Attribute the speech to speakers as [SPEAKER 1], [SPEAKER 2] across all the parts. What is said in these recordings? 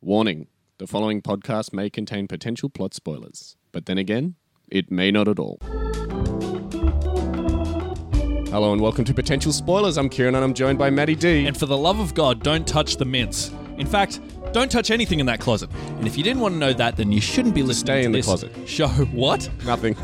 [SPEAKER 1] Warning the following podcast may contain potential plot spoilers, but then again, it may not at all. Hello and welcome to Potential Spoilers. I'm Kieran and I'm joined by Maddie D.
[SPEAKER 2] And for the love of God, don't touch the mints. In fact, don't touch anything in that closet. And if you didn't want to know that, then you shouldn't be listening
[SPEAKER 1] Stay
[SPEAKER 2] to
[SPEAKER 1] in the
[SPEAKER 2] this
[SPEAKER 1] closet.
[SPEAKER 2] show. What?
[SPEAKER 1] Nothing.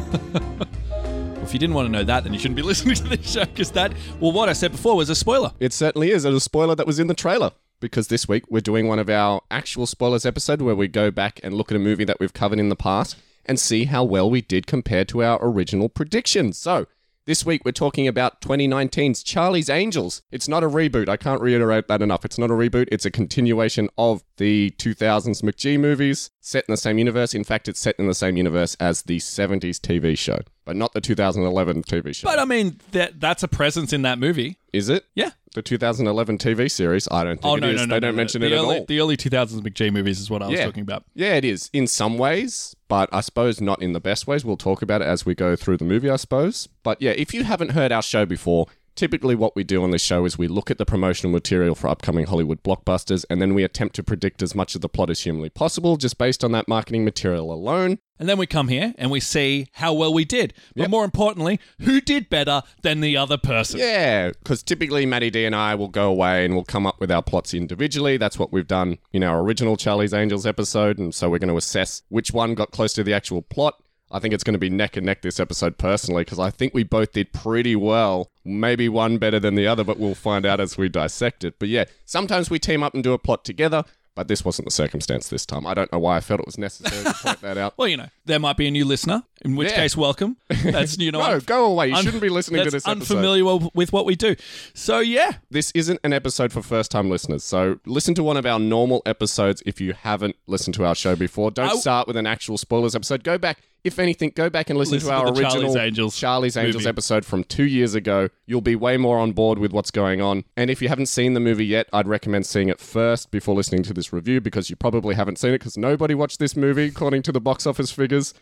[SPEAKER 2] If you didn't want to know that, then you shouldn't be listening to this show because that, well, what I said before was a spoiler.
[SPEAKER 1] It certainly is. And a spoiler that was in the trailer. Because this week we're doing one of our actual spoilers episode where we go back and look at a movie that we've covered in the past and see how well we did compared to our original predictions. So this week we're talking about 2019's Charlie's Angels. It's not a reboot. I can't reiterate that enough. It's not a reboot. It's a continuation of the 2000s McGee movies set in the same universe. In fact, it's set in the same universe as the 70s TV show, but not the 2011 TV show.
[SPEAKER 2] But I mean, that that's a presence in that movie.
[SPEAKER 1] is it?
[SPEAKER 2] Yeah.
[SPEAKER 1] the 2011 TV series. I don't think
[SPEAKER 2] Oh
[SPEAKER 1] it
[SPEAKER 2] no,
[SPEAKER 1] is.
[SPEAKER 2] no, no,
[SPEAKER 1] they
[SPEAKER 2] no,
[SPEAKER 1] don't
[SPEAKER 2] no.
[SPEAKER 1] mention
[SPEAKER 2] the
[SPEAKER 1] it
[SPEAKER 2] early,
[SPEAKER 1] at all.
[SPEAKER 2] The early 2000s McG movies is what I was
[SPEAKER 1] Yeah.
[SPEAKER 2] talking about.
[SPEAKER 1] yeah, it is in some ways, but I suppose not in the best ways. We'll talk about it as we go through the movie, I suppose. But yeah, if you haven't heard our show before, typically what we do on this show is we look at the promotional material for upcoming Hollywood blockbusters and then we attempt to predict as much of the plot as humanly possible just based on that marketing material alone.
[SPEAKER 2] And then we come here and we see how well we did. But more importantly, who did better than the other person?
[SPEAKER 1] Yeah, because typically Maddie D and I will go away and we'll come up with our plots individually. That's what we've done in our original Charlie's Angels episode. And so we're going to assess which one got close to the actual plot. I think it's going to be neck and neck this episode personally, because I think we both did pretty well. Maybe one better than the other, but we'll find out as we dissect it. But yeah, sometimes we team up and do a plot together, but this wasn't the circumstance this time. I don't know why I felt it was necessary to point that out.
[SPEAKER 2] Well, you know, there might be a new listener, in which
[SPEAKER 1] Yeah.
[SPEAKER 2] case, welcome. That's, you know,
[SPEAKER 1] No,
[SPEAKER 2] I'm-
[SPEAKER 1] go away. You
[SPEAKER 2] un-
[SPEAKER 1] shouldn't be listening to
[SPEAKER 2] that's
[SPEAKER 1] this episode.
[SPEAKER 2] unfamiliar w- with what we do. So yeah,
[SPEAKER 1] this isn't an episode for first time listeners. So listen to one of our normal episodes if you haven't listened to our show before. Don't
[SPEAKER 2] I-
[SPEAKER 1] start with an actual spoilers episode. Go back, if anything, go back and listen,
[SPEAKER 2] Listen
[SPEAKER 1] to
[SPEAKER 2] to
[SPEAKER 1] our
[SPEAKER 2] the
[SPEAKER 1] original
[SPEAKER 2] Charlie's Angels
[SPEAKER 1] Charlie's Angels
[SPEAKER 2] movie.
[SPEAKER 1] episode from two years ago. You'll be way more on board with what's going on. And if you haven't seen the movie yet, I'd recommend seeing it first before listening to this review because you probably haven't seen it because nobody watched this movie according to the box office figures.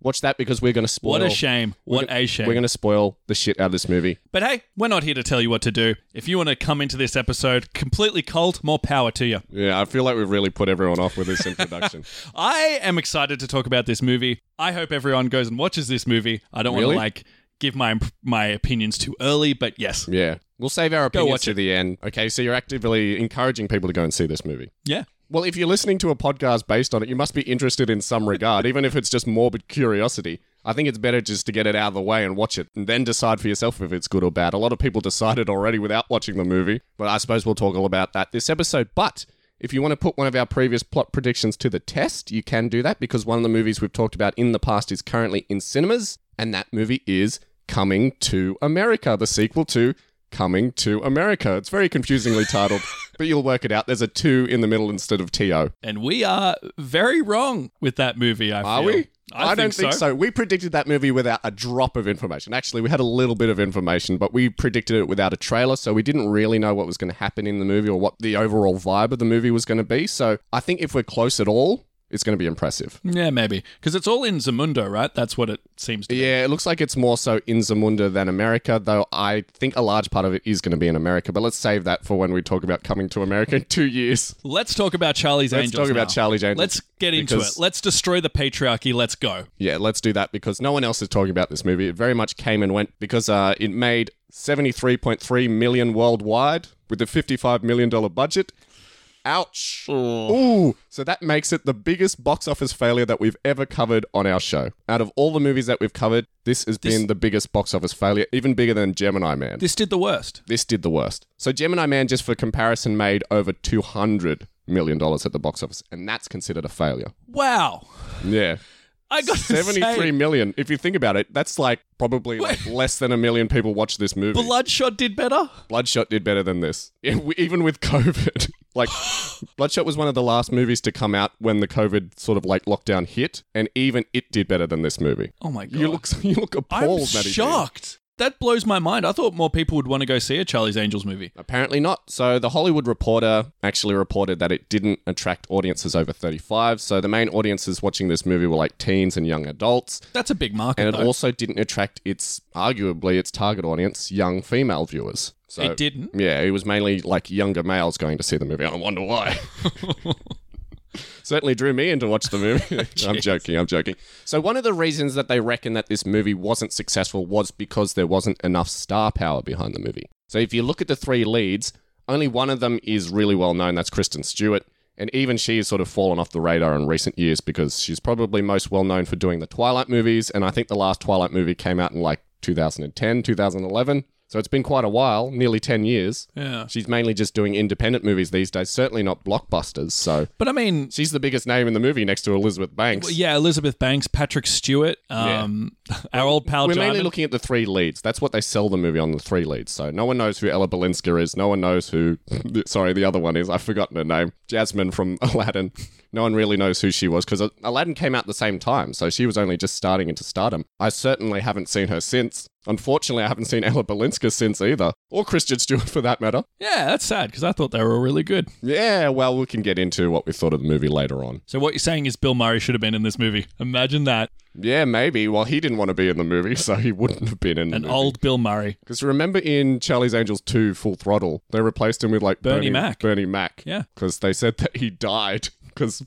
[SPEAKER 1] Watch that because we're going to spoil.
[SPEAKER 2] what a shame! What a shame!
[SPEAKER 1] We're going to spoil the shit out of this movie.
[SPEAKER 2] but hey, we're not here to tell you what to do. If you want to come into this episode completely cold, more power to you.
[SPEAKER 1] Yeah, I feel like we've really put everyone off with this introduction.
[SPEAKER 2] I am excited to talk about this movie. I hope everyone goes and watches this movie. I don't
[SPEAKER 1] Really?
[SPEAKER 2] want to like give my my opinions too early, but yes,
[SPEAKER 1] Yeah. We'll save our opinions
[SPEAKER 2] watch
[SPEAKER 1] to the end. Okay, so you're actively encouraging people to go and see this movie.
[SPEAKER 2] yeah.
[SPEAKER 1] Well, if you're listening to a podcast based on it, you must be interested in some regard, even if it's just morbid curiosity. I think it's better just to get it out of the way and watch it and then decide for yourself if it's good or bad. A lot of people decided already without watching the movie, but I suppose we'll talk all about that this episode. But if you want to put one of our previous plot predictions to the test, you can do that because one of the movies we've talked about in the past is currently in cinemas, and that movie is Coming to America, the sequel to Coming to America. It's very confusingly titled, but you'll work it out. There's a two in the middle instead of TO.
[SPEAKER 2] And we are very wrong with that movie. I
[SPEAKER 1] Are
[SPEAKER 2] feel.
[SPEAKER 1] we?
[SPEAKER 2] I,
[SPEAKER 1] don't think so. We predicted that movie without a drop of information. Actually, we had a little bit of information, but we predicted it without a trailer, so we didn't really know what was going to happen in the movie or what the overall vibe of the movie was going to be. So I think if we're close at all, it's going to be impressive.
[SPEAKER 2] Yeah, maybe because it's all in Zamundo, right? That's what it seems to be.
[SPEAKER 1] Yeah, it looks like it's more so in Zamunda than America, though I think a large part of it is going to be in America. But let's save that for when we talk about coming to America in two years.
[SPEAKER 2] Let's talk about Charlie's
[SPEAKER 1] Let's
[SPEAKER 2] Angels.
[SPEAKER 1] talk about
[SPEAKER 2] now.
[SPEAKER 1] Charlie's Angels,
[SPEAKER 2] Let's get into
[SPEAKER 1] because-
[SPEAKER 2] it. Let's destroy the patriarchy. Let's go.
[SPEAKER 1] Yeah, let's do that because no one else is talking about this movie. It very much came and went because uh, it made 73.3 million worldwide with a 55 million dollar budget. Ouch. Ooh, so that makes it the biggest box office failure that we've ever covered on our show. Out of all the movies that we've covered, this has been the biggest box office failure, even bigger than Gemini Man.
[SPEAKER 2] This did the worst.
[SPEAKER 1] This did the worst. So Gemini Man, just for comparison, made over 200 million dollars at the box office, and that's considered a failure.
[SPEAKER 2] Wow.
[SPEAKER 1] Yeah.
[SPEAKER 2] I got
[SPEAKER 1] Seventy-three
[SPEAKER 2] say,
[SPEAKER 1] million. If you think about it, that's like probably like less than a million people watch this movie.
[SPEAKER 2] Bloodshot did better.
[SPEAKER 1] Bloodshot did better than this, even with COVID. Like, Bloodshot was one of the last movies to come out when the COVID sort of like lockdown hit, and even it did better than this movie.
[SPEAKER 2] Oh my god.
[SPEAKER 1] You look, you look
[SPEAKER 2] I'm
[SPEAKER 1] appalled, Matty. D.
[SPEAKER 2] shocked. That blows my mind. I thought more people would want to go see a Charlie's Angels movie.
[SPEAKER 1] Apparently not. So the Hollywood Reporter actually reported that it didn't attract audiences over 35. So the main audiences watching this movie were like teens and young adults.
[SPEAKER 2] That's a big market.
[SPEAKER 1] and it
[SPEAKER 2] though.
[SPEAKER 1] also didn't attract its arguably its target audience young female viewers so
[SPEAKER 2] It didn't.
[SPEAKER 1] yeah it was mainly like younger males going to see the movie i wonder why certainly drew me in to watch the movie. I'm joking, I'm joking. So, one of the reasons that they reckon that this movie wasn't successful was because there wasn't enough star power behind the movie. So, if you look at the three leads, only one of them is really well known. That's Kristen Stewart. And even she has sort of fallen off the radar in recent years because she's probably most well known for doing the Twilight movies. And I think the last Twilight movie came out in like 2010, 2011. So it's been quite a while, nearly 10 years.
[SPEAKER 2] Yeah.
[SPEAKER 1] She's mainly just doing independent movies these days, certainly not blockbusters. So
[SPEAKER 2] But I mean,
[SPEAKER 1] she's the biggest name in the movie next to Elizabeth Banks.
[SPEAKER 2] well, yeah, Elizabeth Banks, Patrick Stewart, um, our old pal
[SPEAKER 1] We're
[SPEAKER 2] Jarman.
[SPEAKER 1] mainly looking at the three leads. That's what they sell the movie on the three leads. So no one knows who Ella Balinska is. No one knows who, sorry, the other one is. I've forgotten her name. Jasmine from Aladdin. No one really knows who she was because Aladdin came out the same time. So she was only just starting into stardom. I certainly haven't seen her since. Unfortunately, I haven't seen Ella Balinska since either, or Christian Stewart for that matter.
[SPEAKER 2] yeah, that's sad because I thought they were all really good.
[SPEAKER 1] Yeah, well, we can get into what we thought of the movie later on.
[SPEAKER 2] So what you're saying is Bill Murray should have been in this movie. Imagine that,
[SPEAKER 1] Yeah, maybe. Well, he didn't want to be in the movie, so he wouldn't have been in the
[SPEAKER 2] an
[SPEAKER 1] movie.
[SPEAKER 2] old Bill Murray.
[SPEAKER 1] Because remember in Charlie's Angels 2 Full Throttle, they replaced him with like
[SPEAKER 2] Bernie Mac.
[SPEAKER 1] Bernie Mac.
[SPEAKER 2] Yeah.
[SPEAKER 1] Because they said that he died. Because.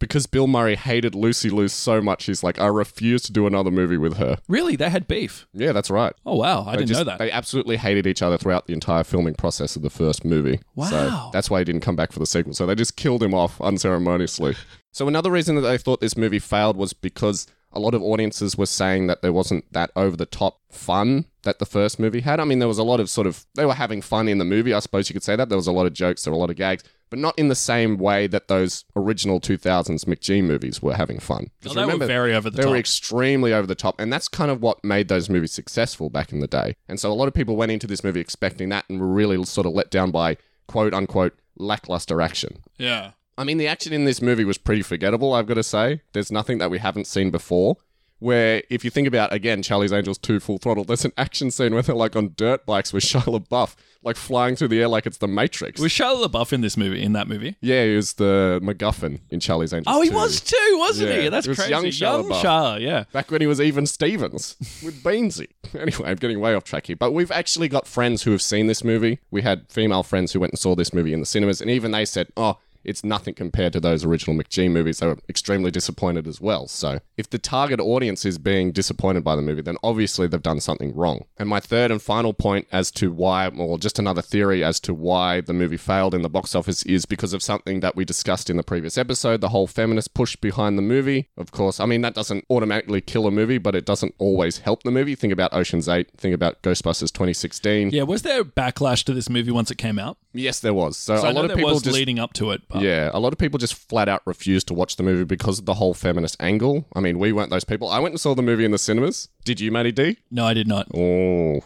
[SPEAKER 1] Because Bill Murray hated Lucy Liu so much, he's like, I refuse to do another movie with her. Really?
[SPEAKER 2] They had beef.
[SPEAKER 1] Yeah, that's right.
[SPEAKER 2] Oh wow, I didn't
[SPEAKER 1] Just-
[SPEAKER 2] know that.
[SPEAKER 1] They absolutely hated each other throughout the entire filming process of the first movie.
[SPEAKER 2] Wow.
[SPEAKER 1] So that's why he didn't come back for the sequel. So they just killed him off unceremoniously. so another reason that they thought this movie failed was because a lot of audiences were saying that there wasn't that over the top fun that the first movie had. I mean, there was a lot of sort of they were having fun in the movie, I suppose you could say that. There was a lot of jokes, there were a lot of gags, but not in the same way that those original 2000s McGee movies were having fun. 'Cause
[SPEAKER 2] Oh, they were very over the
[SPEAKER 1] they
[SPEAKER 2] top.
[SPEAKER 1] were extremely over the top, and that's kind of what made those movies successful back in the day. And so a lot of people went into this movie expecting that and were really sort of let down by quote unquote lackluster action.
[SPEAKER 2] yeah.
[SPEAKER 1] I mean, the action in this movie was pretty forgettable, I've got to say. There's nothing that we haven't seen before. Where, if you think about, again, Charlie's Angels 2 Full Throttle, there's an action scene where they're like on dirt bikes with Shia LaBeouf, like flying through the air like it's the Matrix.
[SPEAKER 2] Was Shia LaBeouf in this movie? In that movie?
[SPEAKER 1] yeah, he was the MacGuffin in Charlie's Angels
[SPEAKER 2] Oh, he
[SPEAKER 1] 2.
[SPEAKER 2] was too, wasn't
[SPEAKER 1] Yeah,
[SPEAKER 2] he? That's
[SPEAKER 1] it was
[SPEAKER 2] crazy.
[SPEAKER 1] young
[SPEAKER 2] Young
[SPEAKER 1] Shia LaBeouf.
[SPEAKER 2] Shia, yeah.
[SPEAKER 1] back when he was even Stevens with Beansy. Anyway, I'm getting way off track here, but we've actually got friends who have seen this movie. We had female friends who went and saw this movie in the cinemas, and even they said, oh, it's nothing compared to those original McGee movies. They were extremely disappointed as well. So, if the target audience is being disappointed by the movie, then obviously they've done something wrong. And my third and final point as to why, or just another theory as to why the movie failed in the box office, is because of something that we discussed in the previous episode the whole feminist push behind the movie. Of course, I mean, that doesn't automatically kill a movie, but it doesn't always help the movie. Think about Ocean's 8, think about Ghostbusters 2016.
[SPEAKER 2] Yeah, was there backlash to this movie once it came out?
[SPEAKER 1] Yes, there was. So,
[SPEAKER 2] So I
[SPEAKER 1] a
[SPEAKER 2] know
[SPEAKER 1] lot of
[SPEAKER 2] there
[SPEAKER 1] people
[SPEAKER 2] was
[SPEAKER 1] just
[SPEAKER 2] leading up to it, but
[SPEAKER 1] yeah, a lot of people just flat out refused to watch the movie because of the whole feminist angle. I mean, we weren't those people. I went and saw the movie in the cinemas. Did you, Matty D?
[SPEAKER 2] no, I did not.
[SPEAKER 1] Oh.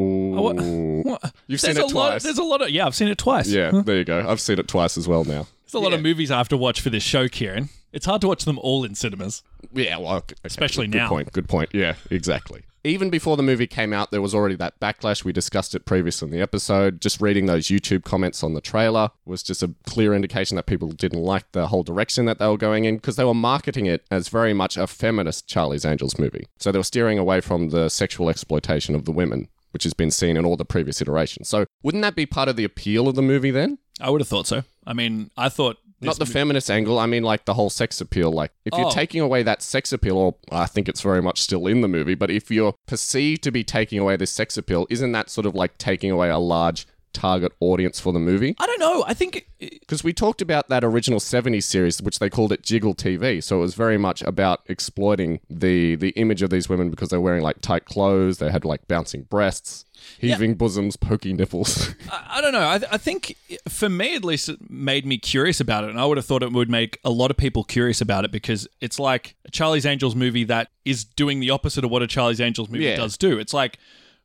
[SPEAKER 1] Ooh.
[SPEAKER 2] What? what?
[SPEAKER 1] You've seen
[SPEAKER 2] there's a
[SPEAKER 1] it
[SPEAKER 2] lot.
[SPEAKER 1] twice.
[SPEAKER 2] There's a lot of yeah. I've seen it twice.
[SPEAKER 1] Yeah, there you go. I've seen it twice as well now.
[SPEAKER 2] there's a lot of movies I have to watch for this show, Kieran. It's hard to watch them all in cinemas.
[SPEAKER 1] Yeah, well, okay,
[SPEAKER 2] Especially
[SPEAKER 1] good
[SPEAKER 2] now.
[SPEAKER 1] point. Good point. Yeah, exactly. Even before the movie came out, there was already that backlash. We discussed it previous in the episode. Just reading those YouTube comments on the trailer was just a clear indication that people didn't like the whole direction that they were going in because they were marketing it as very much a feminist Charlie's Angels movie. So they were steering away from the sexual exploitation of the women, which has been seen in all the previous iterations. So wouldn't that be part of the appeal of the movie then?
[SPEAKER 2] I would have thought so. I mean, I thought
[SPEAKER 1] Not the feminist angle. I mean, like the whole sex appeal. Like, if
[SPEAKER 2] Oh.
[SPEAKER 1] you're taking away that sex appeal, or I think it's very much still in the movie, but if you're perceived to be taking away this sex appeal, isn't that sort of like taking away a large target audience for the movie?
[SPEAKER 2] I don't know. I think it-
[SPEAKER 1] Because we talked about that original 70s series, which they called it Jiggle TV. So it was very much about exploiting the the image of these women because they're wearing like tight clothes, they had like bouncing breasts, heaving bosoms, pokey nipples.
[SPEAKER 2] I, I don't know. I, th- I think for me at least, it made me curious about it, and I would have thought it would make a lot of people curious about it because it's like a Charlie's Angels movie that is doing the opposite of what a Charlie's Angels movie
[SPEAKER 1] Yeah.
[SPEAKER 2] does do. It's like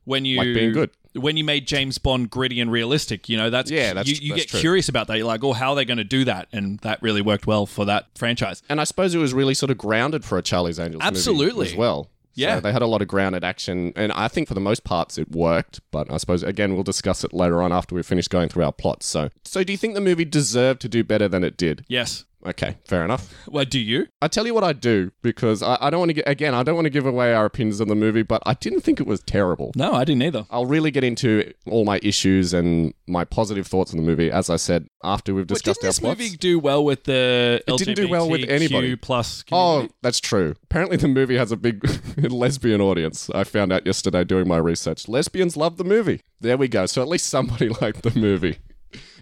[SPEAKER 2] when you
[SPEAKER 1] Like being good.
[SPEAKER 2] When you made James Bond gritty and realistic, you know that's
[SPEAKER 1] Yeah, that's-
[SPEAKER 2] you, you
[SPEAKER 1] that's
[SPEAKER 2] get
[SPEAKER 1] true.
[SPEAKER 2] curious about that. You're like, oh, how are they going to do that? And that really worked well for that franchise.
[SPEAKER 1] And I suppose it was really sort of grounded for a Charlie's Angels
[SPEAKER 2] Absolutely.
[SPEAKER 1] movie as well.
[SPEAKER 2] Yeah.
[SPEAKER 1] So they had a lot of grounded action, and I think for the most parts it worked. But I suppose again we'll discuss it later on after we finish going through our plots. So, so do you think the movie deserved to do better than it did?
[SPEAKER 2] Yes,
[SPEAKER 1] Okay, fair enough.
[SPEAKER 2] Well, do you?
[SPEAKER 1] I tell you what I do because I, I don't want to get again. I don't want to give away our opinions on the movie, but I didn't think it was terrible.
[SPEAKER 2] No, I didn't either.
[SPEAKER 1] I'll really get into all my issues and my positive thoughts on the movie, as I said after we've
[SPEAKER 2] But
[SPEAKER 1] discussed
[SPEAKER 2] didn't this
[SPEAKER 1] our plots.
[SPEAKER 2] movie do well with the
[SPEAKER 1] It didn't do well with
[SPEAKER 2] LGBTQ+
[SPEAKER 1] anybody.
[SPEAKER 2] plus?
[SPEAKER 1] Oh,
[SPEAKER 2] community?
[SPEAKER 1] that's true. Apparently, the movie has a big lesbian audience. I found out yesterday doing my research. Lesbians love the movie. There we go. So at least somebody liked the movie.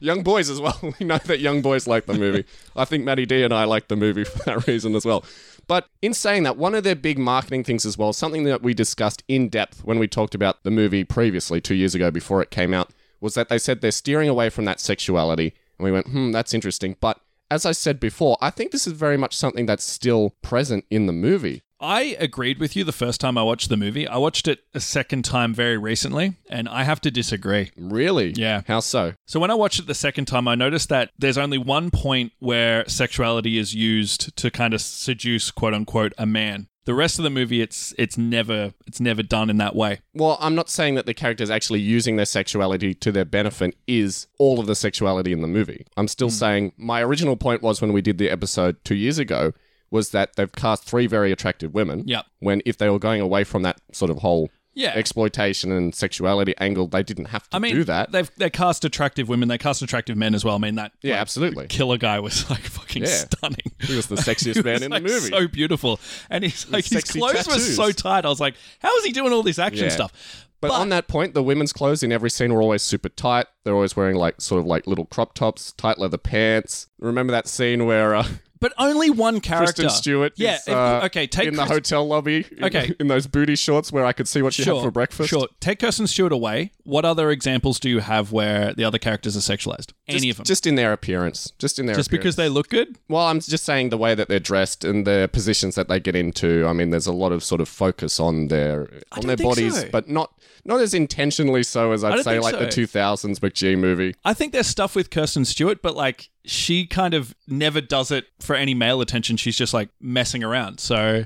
[SPEAKER 1] Young boys as well. We know that young boys like the movie. I think Maddie D and I like the movie for that reason as well. But in saying that, one of their big marketing things as well, something that we discussed in depth when we talked about the movie previously, two years ago before it came out, was that they said they're steering away from that sexuality. And we went, hmm, that's interesting. But as I said before, I think this is very much something that's still present in the movie.
[SPEAKER 2] I agreed with you the first time I watched the movie. I watched it a second time very recently, and I have to disagree.
[SPEAKER 1] Really?
[SPEAKER 2] Yeah.
[SPEAKER 1] How so?
[SPEAKER 2] So when I watched it the second time, I noticed that there's only one point where sexuality is used to kind of seduce quote unquote a man. The rest of the movie it's it's never it's never done in that way.
[SPEAKER 1] Well, I'm not saying that the characters actually using their sexuality to their benefit is all of the sexuality in the movie. I'm
[SPEAKER 2] Hmm.
[SPEAKER 1] still saying my original point was when we did the episode two years ago was that they've cast three very attractive women.
[SPEAKER 2] Yep.
[SPEAKER 1] When if they were going away from that sort of whole
[SPEAKER 2] Yeah.
[SPEAKER 1] exploitation and sexuality angle, they didn't have to
[SPEAKER 2] I mean
[SPEAKER 1] do that.
[SPEAKER 2] They've they cast attractive women, they cast attractive men as well. I mean that
[SPEAKER 1] yeah, absolutely.
[SPEAKER 2] killer guy was like fucking
[SPEAKER 1] Yeah.
[SPEAKER 2] stunning.
[SPEAKER 1] He was the
[SPEAKER 2] He
[SPEAKER 1] sexiest
[SPEAKER 2] was,
[SPEAKER 1] man in
[SPEAKER 2] like,
[SPEAKER 1] the movie.
[SPEAKER 2] So beautiful, and he's like his
[SPEAKER 1] sexy
[SPEAKER 2] clothes were
[SPEAKER 1] tattoos.
[SPEAKER 2] so tight. I was like, how is he doing all this action
[SPEAKER 1] Yeah.
[SPEAKER 2] stuff?
[SPEAKER 1] But, on that point, the women's clothes in every scene were always super tight. They're always wearing like sort of like little crop tops, tight leather pants. Remember that scene where uh,
[SPEAKER 2] But only one character.
[SPEAKER 1] Kristen Stewart
[SPEAKER 2] Yeah.
[SPEAKER 1] is
[SPEAKER 2] if-
[SPEAKER 1] uh,
[SPEAKER 2] okay. Take
[SPEAKER 1] in the
[SPEAKER 2] Kristen-
[SPEAKER 1] hotel lobby in,
[SPEAKER 2] Okay.
[SPEAKER 1] in those booty shorts where I could see what she
[SPEAKER 2] Sure.
[SPEAKER 1] had for breakfast?
[SPEAKER 2] Sure. Take Kirsten Stewart away. What other examples do you have where the other characters are sexualized?
[SPEAKER 1] Just,
[SPEAKER 2] Any of them?
[SPEAKER 1] Just in their appearance. Just in their
[SPEAKER 2] Just
[SPEAKER 1] appearance.
[SPEAKER 2] because they look good?
[SPEAKER 1] Well, I'm just saying the way that they're dressed and the positions that they get into. I mean, there's a lot of sort of focus on their on
[SPEAKER 2] don't
[SPEAKER 1] their
[SPEAKER 2] think
[SPEAKER 1] bodies,
[SPEAKER 2] so.
[SPEAKER 1] but not not as intentionally so as I'd
[SPEAKER 2] don't
[SPEAKER 1] say
[SPEAKER 2] think
[SPEAKER 1] like the
[SPEAKER 2] so.
[SPEAKER 1] 2000s McGee movie.
[SPEAKER 2] I think there's stuff with Kirsten Stewart, but like she kind of never does it for any male attention. She's just like messing around. So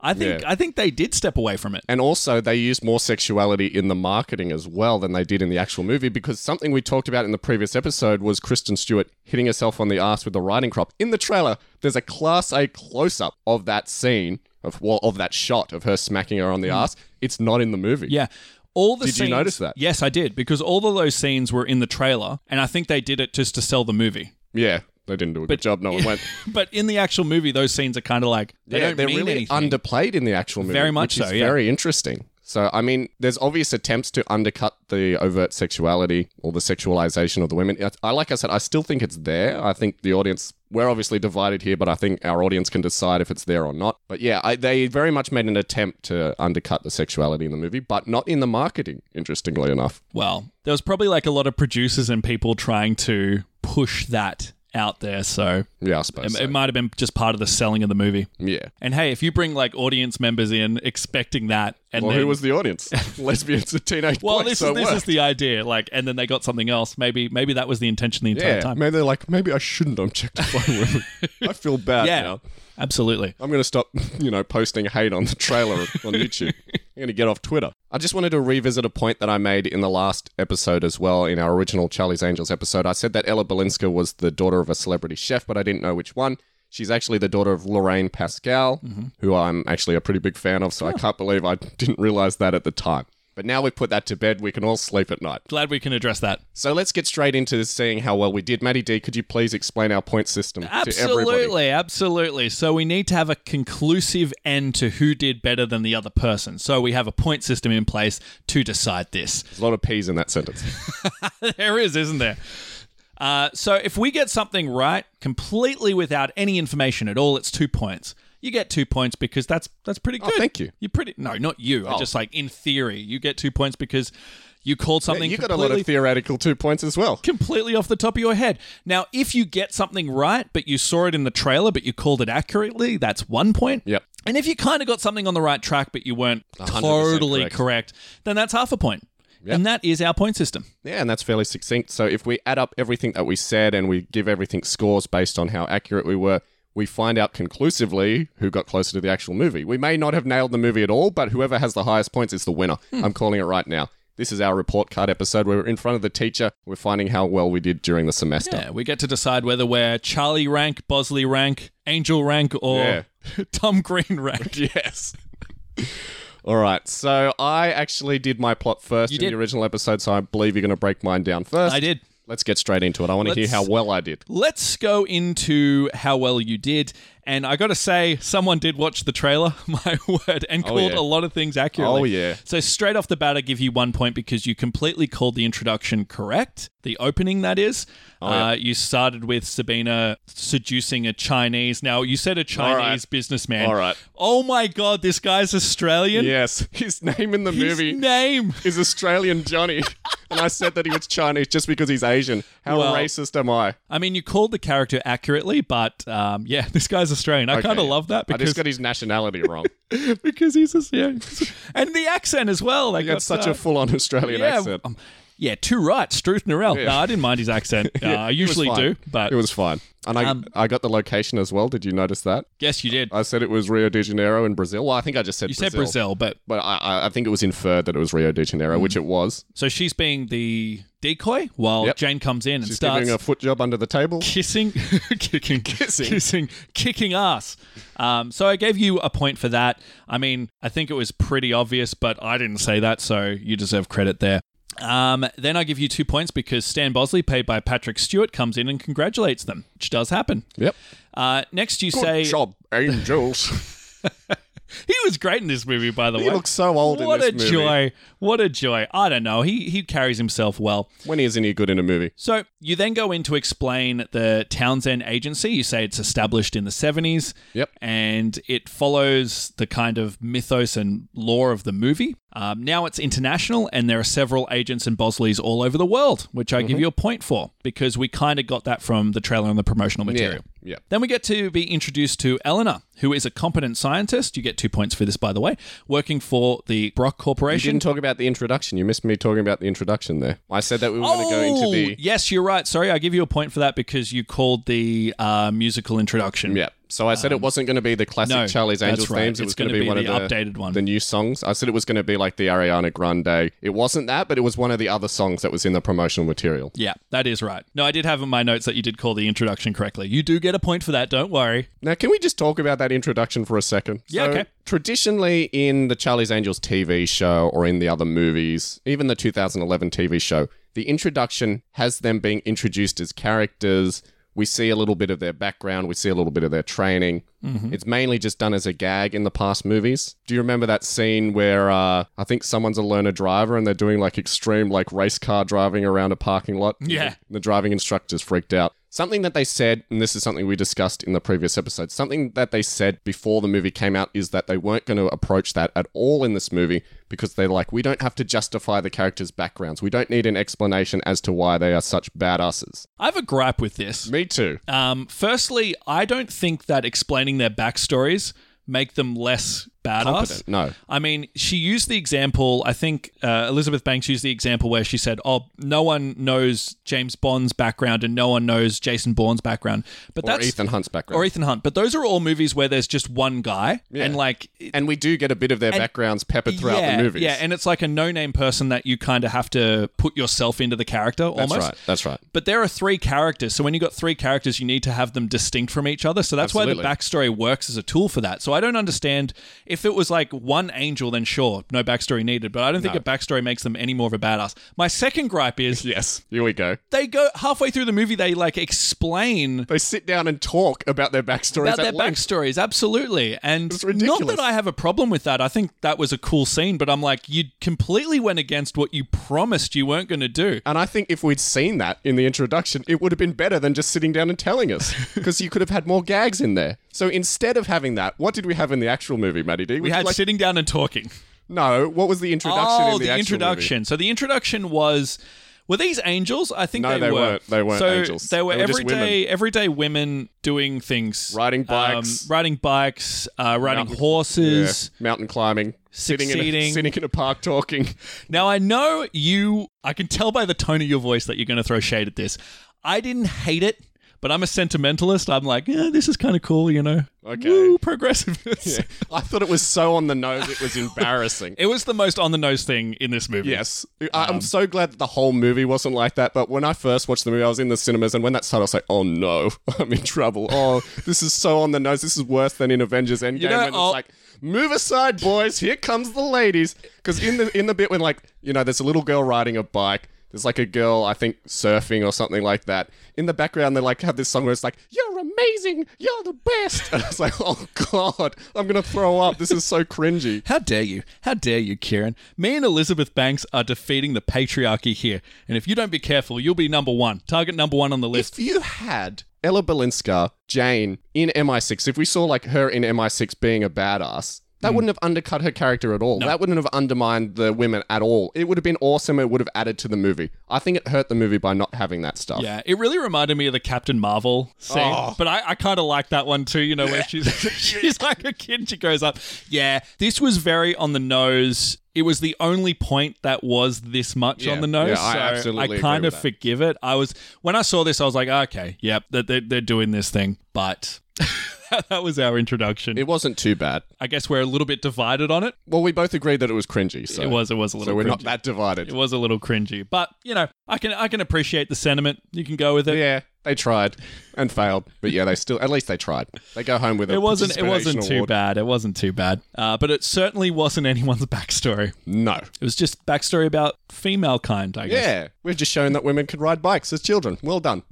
[SPEAKER 2] I think
[SPEAKER 1] Yeah.
[SPEAKER 2] I think they did step away from it.
[SPEAKER 1] And also, they used more sexuality in the marketing as well than they did in the actual movie because something we talked about in the previous episode was Kristen Stewart hitting herself on the ass with the riding crop. In the trailer, there's a Class A close up of that scene, of, well, of that shot of her smacking her on the ass. It's not in the movie.
[SPEAKER 2] Yeah. All the
[SPEAKER 1] Did you
[SPEAKER 2] scenes-
[SPEAKER 1] notice that?
[SPEAKER 2] Yes, I did, because all of those scenes were in the trailer, and I think they did it just to sell the movie.
[SPEAKER 1] Yeah, they didn't do a good job. No one went.
[SPEAKER 2] But in the actual movie, those scenes are kind of like they
[SPEAKER 1] yeah,
[SPEAKER 2] don't
[SPEAKER 1] they're
[SPEAKER 2] mean
[SPEAKER 1] really
[SPEAKER 2] anything.
[SPEAKER 1] underplayed in the actual movie.
[SPEAKER 2] Very much
[SPEAKER 1] which is
[SPEAKER 2] so, yeah.
[SPEAKER 1] Very interesting. So, I mean, there's obvious attempts to undercut the overt sexuality or the sexualization of the women. I- I, like I said, I still think it's there. I think the audience, we're obviously divided here, but I think our audience can decide if it's there or not. But yeah, I, they very much made an attempt to undercut the sexuality in the movie, but not in the marketing, interestingly enough.
[SPEAKER 2] well, there was probably like a lot of producers and people trying to push that out there, so
[SPEAKER 1] Yeah, I suppose.
[SPEAKER 2] it,
[SPEAKER 1] so.
[SPEAKER 2] it might have been just part of the selling of the movie.
[SPEAKER 1] yeah.
[SPEAKER 2] And hey, if you bring like audience members in expecting that, and
[SPEAKER 1] Well,
[SPEAKER 2] then,
[SPEAKER 1] who was the audience? Lesbians and teenage
[SPEAKER 2] well,
[SPEAKER 1] boys.
[SPEAKER 2] this,
[SPEAKER 1] so
[SPEAKER 2] is,
[SPEAKER 1] it
[SPEAKER 2] this
[SPEAKER 1] worked.
[SPEAKER 2] is the idea, like, and then they got something else. Maybe maybe that was the intention the entire
[SPEAKER 1] Yeah,
[SPEAKER 2] time.
[SPEAKER 1] maybe they're like, maybe I shouldn't have checked the phone with me. I feel bad
[SPEAKER 2] Yeah,
[SPEAKER 1] now.
[SPEAKER 2] absolutely.
[SPEAKER 1] I'm going to stop, you know, posting hate on the trailer on YouTube. I'm going to get off Twitter. I just wanted to revisit a point that I made in the last episode as well, in our original Charlie's Angels episode. I said that Ella Balinska was the daughter of a celebrity chef, but I didn't know which one. She's actually the daughter of Lorraine Pascal, who I'm actually a pretty big fan of, so I can't believe I didn't realize that at the time. But now we've put that to bed, we can all sleep at night.
[SPEAKER 2] Glad we can address that.
[SPEAKER 1] So let's get straight into seeing how well we did. Maddie D, could you please explain our point system to everybody?
[SPEAKER 2] Absolutely, absolutely. So we need to have a conclusive end to who did better than the other person. So we have a point system in place to decide this.
[SPEAKER 1] There's a lot of P's in that sentence.
[SPEAKER 2] there is, isn't there? Uh, so if we get something right completely without any information at all, it's two points. You get two points because that's that's pretty good.
[SPEAKER 1] Oh, thank you. Oh.
[SPEAKER 2] You're pretty. No, not you. I just like in theory, you get two points because you called something.
[SPEAKER 1] you got a
[SPEAKER 2] completely
[SPEAKER 1] lot of theoretical two points as well.
[SPEAKER 2] completely off the top of your head. Now, if you get something right, but you saw it in the trailer, but you called it accurately, that's one point.
[SPEAKER 1] Yep.
[SPEAKER 2] And if you kind of got something on the right track, but you weren't
[SPEAKER 1] 100%
[SPEAKER 2] totally
[SPEAKER 1] correct.
[SPEAKER 2] correct. then that's half a point. And that is our point system.
[SPEAKER 1] Yeah, and that's fairly succinct. So if we add up everything that we said and we give everything scores based on how accurate we were, we find out conclusively who got closer
[SPEAKER 2] Hmm.
[SPEAKER 1] to the actual movie. We may not have nailed the movie at all, but whoever has the highest points is the winner. I'm calling it right now. This is our report card episode where we're in front of the teacher. We're finding how well we did during the semester.
[SPEAKER 2] Yeah, we get to decide whether we're Charlie rank, Bosley rank, Angel rank, or
[SPEAKER 1] Yeah.
[SPEAKER 2] Tom Green rank.
[SPEAKER 1] Yes. All right. So I actually did my plot first
[SPEAKER 2] You
[SPEAKER 1] in
[SPEAKER 2] did.
[SPEAKER 1] the original episode, so I believe you're going to break mine down first.
[SPEAKER 2] I did.
[SPEAKER 1] Let's get straight into it. I want to hear
[SPEAKER 2] Let's-
[SPEAKER 1] how well I did.
[SPEAKER 2] Let's go into how well you did. And I got to say, someone did watch the trailer, my word, and called
[SPEAKER 1] Oh, yeah.
[SPEAKER 2] a lot of things accurately.
[SPEAKER 1] Oh, yeah.
[SPEAKER 2] So, straight off the bat, I give you one point because you completely called the introduction correct, the opening, that is.
[SPEAKER 1] Oh,
[SPEAKER 2] uh, You started with Sabina seducing a Chinese. Now, you said a Chinese businessman.
[SPEAKER 1] All right.
[SPEAKER 2] Oh, my God, this guy's Australian?
[SPEAKER 1] Yes. His name in the
[SPEAKER 2] His
[SPEAKER 1] movie
[SPEAKER 2] name.
[SPEAKER 1] is Australian Johnny. and I said that he was Chinese just because he's Asian. How
[SPEAKER 2] Well-
[SPEAKER 1] racist am I?
[SPEAKER 2] I mean, you called the character accurately, but um, yeah, this guy's Australian. I kind of
[SPEAKER 1] Okay.
[SPEAKER 2] love that
[SPEAKER 1] I just
[SPEAKER 2] because
[SPEAKER 1] got his nationality wrong.
[SPEAKER 2] because he's a yeah, and the accent as well. Like
[SPEAKER 1] He had such a full on Australian
[SPEAKER 2] yeah,
[SPEAKER 1] accent.
[SPEAKER 2] um, yeah, two rights, Struth Norell.
[SPEAKER 1] Yeah.
[SPEAKER 2] No, I didn't mind his accent. uh, I usually
[SPEAKER 1] fine.
[SPEAKER 2] do, but
[SPEAKER 1] It was fine. And I,
[SPEAKER 2] Um,
[SPEAKER 1] I got the location as well. Did you notice that?
[SPEAKER 2] yes, you did.
[SPEAKER 1] I said it was Rio de Janeiro in Brazil. Well, I think I just said
[SPEAKER 2] you said Brazil, but
[SPEAKER 1] But I- I, I think it was inferred that it was Rio de Janeiro, which it was.
[SPEAKER 2] so she's being the decoy while
[SPEAKER 1] Yep.
[SPEAKER 2] Jane comes in and
[SPEAKER 1] She's
[SPEAKER 2] starts
[SPEAKER 1] giving a foot job under the table.
[SPEAKER 2] kissing, kicking, kissing, kissing, kicking ass. Um, so I gave you a point for that. I mean, I think it was pretty obvious, but I didn't say that, so you deserve credit there. Um, then I give you two points because Stan Bosley, played by Patrick Stewart, comes in and congratulates them, which does happen.
[SPEAKER 1] Yep.
[SPEAKER 2] Uh, next, you
[SPEAKER 1] Good
[SPEAKER 2] say
[SPEAKER 1] job, angels.
[SPEAKER 2] he was great in this movie, by the
[SPEAKER 1] he
[SPEAKER 2] way.
[SPEAKER 1] looks so old
[SPEAKER 2] what a
[SPEAKER 1] in this movie.
[SPEAKER 2] joy! What a joy! I don't know. He he carries himself well.
[SPEAKER 1] When isn't he good in a movie?
[SPEAKER 2] So you then go in to explain the Townsend Agency. You say it's established in the 70s.
[SPEAKER 1] Yep.
[SPEAKER 2] And it follows the kind of mythos and lore of the movie. Um, now it's international, and there are several agents and Bosleys all over the world, which I
[SPEAKER 1] Mm-hmm.
[SPEAKER 2] give you a point for because we kind of got that from the trailer and the promotional material.
[SPEAKER 1] Yeah.
[SPEAKER 2] Then we get to be introduced to Eleanor, who is a competent scientist. You get two points for this, by the way, working for the Brock
[SPEAKER 1] You
[SPEAKER 2] Corporation.
[SPEAKER 1] didn't talk about the introduction. You missed me talking about the introduction there. I said that we were going to go into the.
[SPEAKER 2] Oh, yes, you're right. Sorry, I give you a point for that because you called the uh, musical introduction.
[SPEAKER 1] Yeah. So I said it wasn't going to be the classic
[SPEAKER 2] no,
[SPEAKER 1] Charlie's
[SPEAKER 2] that's
[SPEAKER 1] Angels
[SPEAKER 2] right.
[SPEAKER 1] themes. It
[SPEAKER 2] It's
[SPEAKER 1] was going to
[SPEAKER 2] gonna
[SPEAKER 1] be,
[SPEAKER 2] be
[SPEAKER 1] one
[SPEAKER 2] the
[SPEAKER 1] of the
[SPEAKER 2] updated one.
[SPEAKER 1] the new songs. I said it was going to be like the Ariana Grande. It wasn't that, but it was one of the other songs that was in the promotional material.
[SPEAKER 2] Yeah, that is right. No, I did have in my notes that you did call the introduction correctly. You do get a point for that. Don't worry.
[SPEAKER 1] Now, can we just talk about that introduction for a second?
[SPEAKER 2] Yeah, okay.
[SPEAKER 1] Traditionally, in the Charlie's Angels TV show or in the other movies, even the 2011 TV show, the introduction has them being introduced as characters. We see a little bit of their background, we see a little bit of their training.
[SPEAKER 2] Mm-hmm.
[SPEAKER 1] It's mainly just done as a gag in the past movies. Do you remember that scene where uh, I think someone's a learner driver and they're doing like extreme, like race car driving around a parking lot?
[SPEAKER 2] Yeah.
[SPEAKER 1] The driving instructors freaked out. Something that they said, and this is something we discussed in the previous episode, something that they said before the movie came out is that they weren't going to approach that at all in this movie because they're like, we don't have to justify the characters' backgrounds. We don't need an explanation as to why they are such badasses.
[SPEAKER 2] I have a gripe with this.
[SPEAKER 1] Me too.
[SPEAKER 2] Um, firstly, I don't think that explaining their backstories make them less badass.
[SPEAKER 1] Competent. No.
[SPEAKER 2] I mean, she used the example. I think uh, Elizabeth Banks used the example where she said, "Oh, no one knows James Bond's background, and no one knows Jason Bourne's background." But
[SPEAKER 1] Or
[SPEAKER 2] that's
[SPEAKER 1] Ethan Hunt's background.
[SPEAKER 2] or Ethan Hunt. But those are all movies where there's just one guy, and like.
[SPEAKER 1] and we do get a bit of their backgrounds peppered throughout
[SPEAKER 2] e- yeah,
[SPEAKER 1] the movies.
[SPEAKER 2] yeah, and it's like a no-name person that you kind of have to put yourself into the character
[SPEAKER 1] that's
[SPEAKER 2] almost.
[SPEAKER 1] right. That's right.
[SPEAKER 2] But there are three characters, so when you got three characters, you need to have them distinct from each other. So that's why
[SPEAKER 1] Absolutely.
[SPEAKER 2] the backstory works as a tool for that. So I don't understand if it was like one angel, then sure, no backstory needed. But I don't think a backstory makes them any more of a badass. My second gripe is
[SPEAKER 1] Yes. Here we go.
[SPEAKER 2] they go halfway through the movie, they like explain
[SPEAKER 1] They sit down and talk about their backstories.
[SPEAKER 2] about
[SPEAKER 1] at
[SPEAKER 2] their
[SPEAKER 1] length.
[SPEAKER 2] backstories. Absolutely, and not
[SPEAKER 1] ridiculous.
[SPEAKER 2] that I have a problem with that. I think that was a cool scene, but I'm like, you completely went against what you promised you weren't going to do.
[SPEAKER 1] And I think if we'd seen that in the introduction, it would have been better than just sitting down and telling us because you could have had more gags in there. So instead of having that, what did we have in the actual movie, Matty D?
[SPEAKER 2] We had
[SPEAKER 1] like,
[SPEAKER 2] sitting down and talking.
[SPEAKER 1] no. What was the introduction?
[SPEAKER 2] Oh,
[SPEAKER 1] in the, actual
[SPEAKER 2] introduction. So the introduction was were these angels? I think
[SPEAKER 1] No,
[SPEAKER 2] they,
[SPEAKER 1] they
[SPEAKER 2] were.
[SPEAKER 1] weren't. They weren't
[SPEAKER 2] so
[SPEAKER 1] angels.
[SPEAKER 2] They were,
[SPEAKER 1] They were just
[SPEAKER 2] everyday everyday women doing things,
[SPEAKER 1] Riding bikes.
[SPEAKER 2] um, riding bikes, uh, riding
[SPEAKER 1] Movie? Yeah.
[SPEAKER 2] horses.
[SPEAKER 1] Mountain climbing, sitting in, a,
[SPEAKER 2] Succeeding.
[SPEAKER 1] sitting in a park talking.
[SPEAKER 2] Now I know you. I can tell by the tone of your voice that you're going to throw shade at this. I didn't hate it. But I'm a sentimentalist. I'm like, yeah, this is kind of cool, you know.
[SPEAKER 1] Okay.
[SPEAKER 2] Woo, progressiveness.
[SPEAKER 1] Yeah. I thought it was so on the nose it was embarrassing.
[SPEAKER 2] It was the most on the nose thing in this movie.
[SPEAKER 1] Yes. I- I'm so glad that the whole movie wasn't like that. But when I first watched the movie, I was in the cinemas, and when that started, I was like, oh no, I'm in trouble. Oh, this is so on the nose. This is worse than in Avengers Endgame.
[SPEAKER 2] know,
[SPEAKER 1] when it's
[SPEAKER 2] I'll-
[SPEAKER 1] like, move aside, boys. Here comes the ladies. Because in the, in the bit when, like, you know, there's a little girl riding a bike. There's like a girl, I think, surfing or something like that. In the background, they like have this song where it's like, "You're amazing, you're the best," and I was like, "Oh God, I'm gonna throw up. This is so cringy."
[SPEAKER 2] How dare you? How dare you, Kieran? Me and Elizabeth Banks are defeating the patriarchy here. And if you don't be careful, you'll be number one. Target number one on the list.
[SPEAKER 1] If you had Ella Balinska, Jane in MI6, if we saw like her in MI6 being a badass, that
[SPEAKER 2] Hmm.
[SPEAKER 1] wouldn't have undercut her character at all. That wouldn't have undermined the women at all. It would have been awesome. It would have added to the movie. I think it hurt the movie by not having that stuff.
[SPEAKER 2] Yeah, it really reminded me of the Captain Marvel scene,
[SPEAKER 1] Oh.
[SPEAKER 2] but I, I kind of like that one too. You know, where she's she's like a kid, she grows up. Yeah, this was very on the nose. It was the only point that was this much
[SPEAKER 1] Yeah.
[SPEAKER 2] on the nose.
[SPEAKER 1] Yeah, I
[SPEAKER 2] so
[SPEAKER 1] absolutely agree
[SPEAKER 2] kind
[SPEAKER 1] with
[SPEAKER 2] of
[SPEAKER 1] that.
[SPEAKER 2] forgive it. I was when I saw this, I was like, okay, yep, that they're, they're doing this thing, but. that was our introduction.
[SPEAKER 1] It wasn't too bad.
[SPEAKER 2] I guess we're a little bit divided on it.
[SPEAKER 1] Well, we both agreed that it was cringy. So,
[SPEAKER 2] It was. It was a little.
[SPEAKER 1] so we're
[SPEAKER 2] cringy.
[SPEAKER 1] not that divided.
[SPEAKER 2] It was a little cringy, but you know, I can I can appreciate the sentiment. You can go with it.
[SPEAKER 1] Yeah, they tried and failed, but yeah, they still at least they tried. They go home with a
[SPEAKER 2] It wasn't. It wasn't
[SPEAKER 1] participation
[SPEAKER 2] too
[SPEAKER 1] award.
[SPEAKER 2] bad. It wasn't too bad. Uh, but it certainly wasn't anyone's backstory.
[SPEAKER 1] No.
[SPEAKER 2] It was just backstory about female kind, I guess.
[SPEAKER 1] Yeah, we've just shown that women could ride bikes as children. Well done.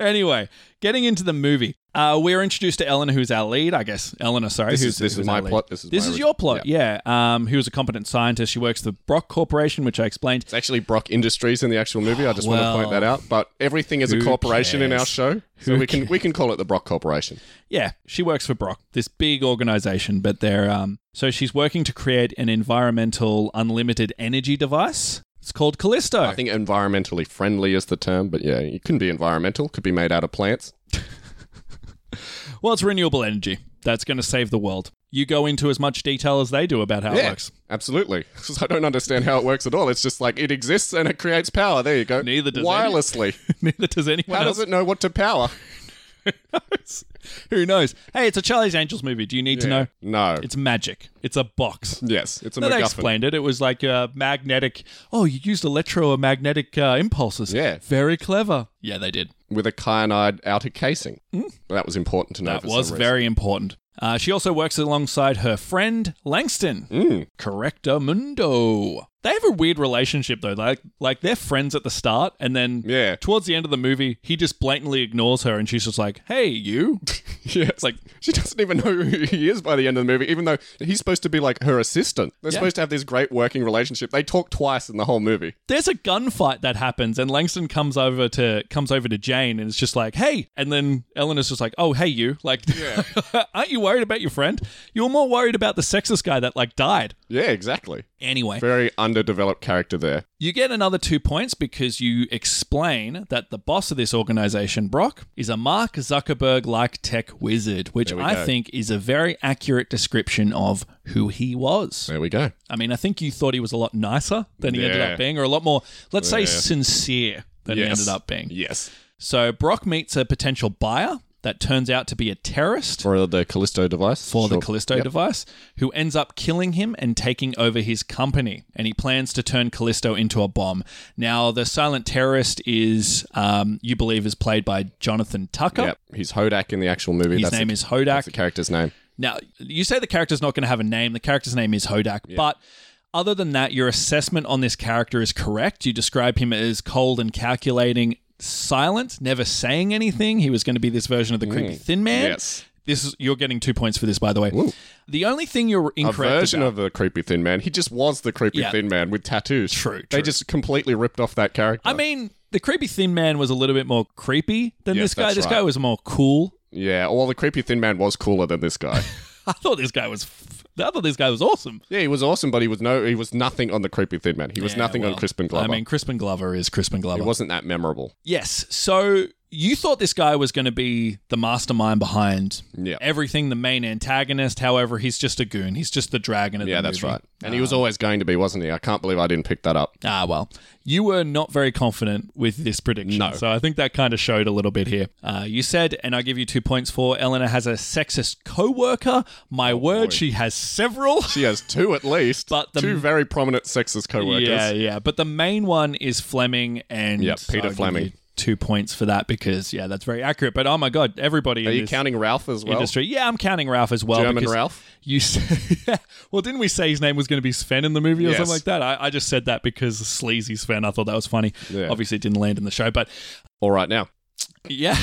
[SPEAKER 2] Anyway, getting into the movie, uh, we're introduced to Eleanor, who's our lead. I guess Eleanor. Sorry,
[SPEAKER 1] This
[SPEAKER 2] who's,
[SPEAKER 1] is this
[SPEAKER 2] who's
[SPEAKER 1] is my
[SPEAKER 2] our lead.
[SPEAKER 1] plot. This is
[SPEAKER 2] This
[SPEAKER 1] my
[SPEAKER 2] is
[SPEAKER 1] orig-
[SPEAKER 2] your plot, yeah. Um, who is a competent scientist. She works for Brock Corporation, which I explained.
[SPEAKER 1] It's actually Brock Industries in the actual movie. I just
[SPEAKER 2] Well,
[SPEAKER 1] want to point that out. But everything is a
[SPEAKER 2] who
[SPEAKER 1] corporation in our
[SPEAKER 2] cares?
[SPEAKER 1] show, so we can we can call it the Brock Corporation.
[SPEAKER 2] Yeah, she works for Brock, this big organization, but they're um so she's working to create an environmental unlimited energy device. It's called Callisto.
[SPEAKER 1] I think environmentally friendly is the term, but yeah, it couldn't be environmental. Could be made out of plants.
[SPEAKER 2] well, it's renewable energy. That's going to save the world. You go into as much detail as they do about how it
[SPEAKER 1] Yeah,
[SPEAKER 2] works.
[SPEAKER 1] absolutely. 'Cause I don't understand how it works at all. It's just like it exists and it creates power. There you go.
[SPEAKER 2] Neither does any-
[SPEAKER 1] wirelessly.
[SPEAKER 2] Neither does anyone
[SPEAKER 1] how
[SPEAKER 2] else.
[SPEAKER 1] does it know what to power?
[SPEAKER 2] Who knows? Hey, it's a Charlie's Angels movie. Do you need to know?
[SPEAKER 1] No.
[SPEAKER 2] It's magic. It's a box.
[SPEAKER 1] yes, it's a
[SPEAKER 2] No, they
[SPEAKER 1] MacGuffin.
[SPEAKER 2] explained it. It was like a magnetic. Oh, you used electromagnetic uh, impulses.
[SPEAKER 1] Yeah.
[SPEAKER 2] Very clever. Yeah, they did.
[SPEAKER 1] with a kyanide outer casing. That was important to know.
[SPEAKER 2] Hmm? That
[SPEAKER 1] for
[SPEAKER 2] was
[SPEAKER 1] some reason.
[SPEAKER 2] very important. Uh, she also works alongside her friend Langston,
[SPEAKER 1] Mm.
[SPEAKER 2] Correctamundo. Mundo. They have a weird relationship though. Like, like they're friends at the start, and then
[SPEAKER 1] Yeah.
[SPEAKER 2] towards the end of the movie, he just blatantly ignores her, and she's just like, "Hey, you."
[SPEAKER 1] Yeah, it's
[SPEAKER 2] like-
[SPEAKER 1] like she doesn't even know who he is by the end of the movie, even though he's supposed to be like her assistant. They're supposed to have this great working relationship. They talk twice in the whole movie.
[SPEAKER 2] There's a gunfight that happens, and Langston comes over to comes over to Jane, and it's just like, "Hey," and then Eleanor's just like, "Oh, hey, you." Like, aren't you worried about your friend? You're more worried about the sexist guy that like died.
[SPEAKER 1] Yeah, exactly.
[SPEAKER 2] Anyway,
[SPEAKER 1] Very underdeveloped character there.
[SPEAKER 2] You get another two points because you explain that the boss of this organization, Brock, is a Mark Zuckerberg like tech wizard, which I think is a very accurate description of who he was.
[SPEAKER 1] There we go.
[SPEAKER 2] I mean, I think you thought he was a lot nicer than he ended
[SPEAKER 1] Yeah.
[SPEAKER 2] up being, or a lot more, let's say, sincere than he
[SPEAKER 1] Yes.
[SPEAKER 2] ended up being.
[SPEAKER 1] Yes.
[SPEAKER 2] So Brock meets a potential buyer that turns out to be a terrorist
[SPEAKER 1] For the Callisto device.
[SPEAKER 2] for the Callisto device, who ends up killing him and taking over his company. And he plans to turn Callisto into a bomb. Now, the silent terrorist is, um, you believe, is played by Jonathan Tucker.
[SPEAKER 1] Yep. He's Hodak in the actual movie.
[SPEAKER 2] His
[SPEAKER 1] that's
[SPEAKER 2] name
[SPEAKER 1] the,
[SPEAKER 2] is
[SPEAKER 1] that's
[SPEAKER 2] Hodak.
[SPEAKER 1] the character's name.
[SPEAKER 2] now, you say the character's not going to have a name. The character's name is Hodak, but. Other than that, your assessment on this character is correct. You describe him as cold and calculating, silent, never saying anything. He was going to be this version of the creepy thin man.
[SPEAKER 1] Mm. Yes.
[SPEAKER 2] This is you're getting two points for this, by the way. The only thing you're
[SPEAKER 1] A
[SPEAKER 2] incorrect
[SPEAKER 1] version
[SPEAKER 2] about-
[SPEAKER 1] of the creepy thin man. He just was the creepy
[SPEAKER 2] Yeah.
[SPEAKER 1] thin man with tattoos.
[SPEAKER 2] True,
[SPEAKER 1] They
[SPEAKER 2] true.
[SPEAKER 1] just completely ripped off that character.
[SPEAKER 2] I mean, the creepy thin man was a little bit more creepy than
[SPEAKER 1] Yes,
[SPEAKER 2] this guy.
[SPEAKER 1] that's
[SPEAKER 2] This
[SPEAKER 1] right.
[SPEAKER 2] guy was more cool.
[SPEAKER 1] yeah. Well, the creepy thin man was cooler than this guy.
[SPEAKER 2] I thought this guy was. F- I thought this guy was awesome.
[SPEAKER 1] Yeah, he was awesome, but he was no, he was nothing on the creepy thin man. He was
[SPEAKER 2] Yeah,
[SPEAKER 1] nothing
[SPEAKER 2] well,
[SPEAKER 1] on Crispin Glover.
[SPEAKER 2] I mean, Crispin Glover is Crispin
[SPEAKER 1] it
[SPEAKER 2] Glover.
[SPEAKER 1] wasn't that memorable.
[SPEAKER 2] yes. So you thought this guy was going to be the mastermind behind
[SPEAKER 1] Yeah.
[SPEAKER 2] everything, the main antagonist. However, he's just a goon. He's just the dragon. Of
[SPEAKER 1] Yeah,
[SPEAKER 2] the
[SPEAKER 1] that's
[SPEAKER 2] movie.
[SPEAKER 1] right. And he was
[SPEAKER 2] Um,
[SPEAKER 1] always going to be, wasn't he? I can't believe I didn't pick that up.
[SPEAKER 2] Ah, well, you were not very confident with this prediction.
[SPEAKER 1] No.
[SPEAKER 2] So I think that kind of showed a little bit here. Uh, you said, and I give you two points for Eleanor has a sexist co worker. My
[SPEAKER 1] Oh,
[SPEAKER 2] word, she has several.
[SPEAKER 1] She has two at least.
[SPEAKER 2] But the-
[SPEAKER 1] two very prominent sexist co-workers.
[SPEAKER 2] Yeah, yeah. But the main one is Fleming and
[SPEAKER 1] Yep, Peter
[SPEAKER 2] I'll give
[SPEAKER 1] Fleming.
[SPEAKER 2] you Two points for that because yeah, that's very accurate. But oh my god, everybody
[SPEAKER 1] Are
[SPEAKER 2] in
[SPEAKER 1] you
[SPEAKER 2] this
[SPEAKER 1] counting Ralph as well?
[SPEAKER 2] industry. Yeah, I'm counting Ralph as well.
[SPEAKER 1] German
[SPEAKER 2] because
[SPEAKER 1] Ralph?
[SPEAKER 2] You said, yeah. Well, didn't we say his name was going to be Sven in the movie or
[SPEAKER 1] Yes.
[SPEAKER 2] something like that? I, I just said that because sleazy Sven. I thought that was funny.
[SPEAKER 1] Yeah.
[SPEAKER 2] Obviously, it didn't land in the show, but
[SPEAKER 1] All right now.
[SPEAKER 2] yeah,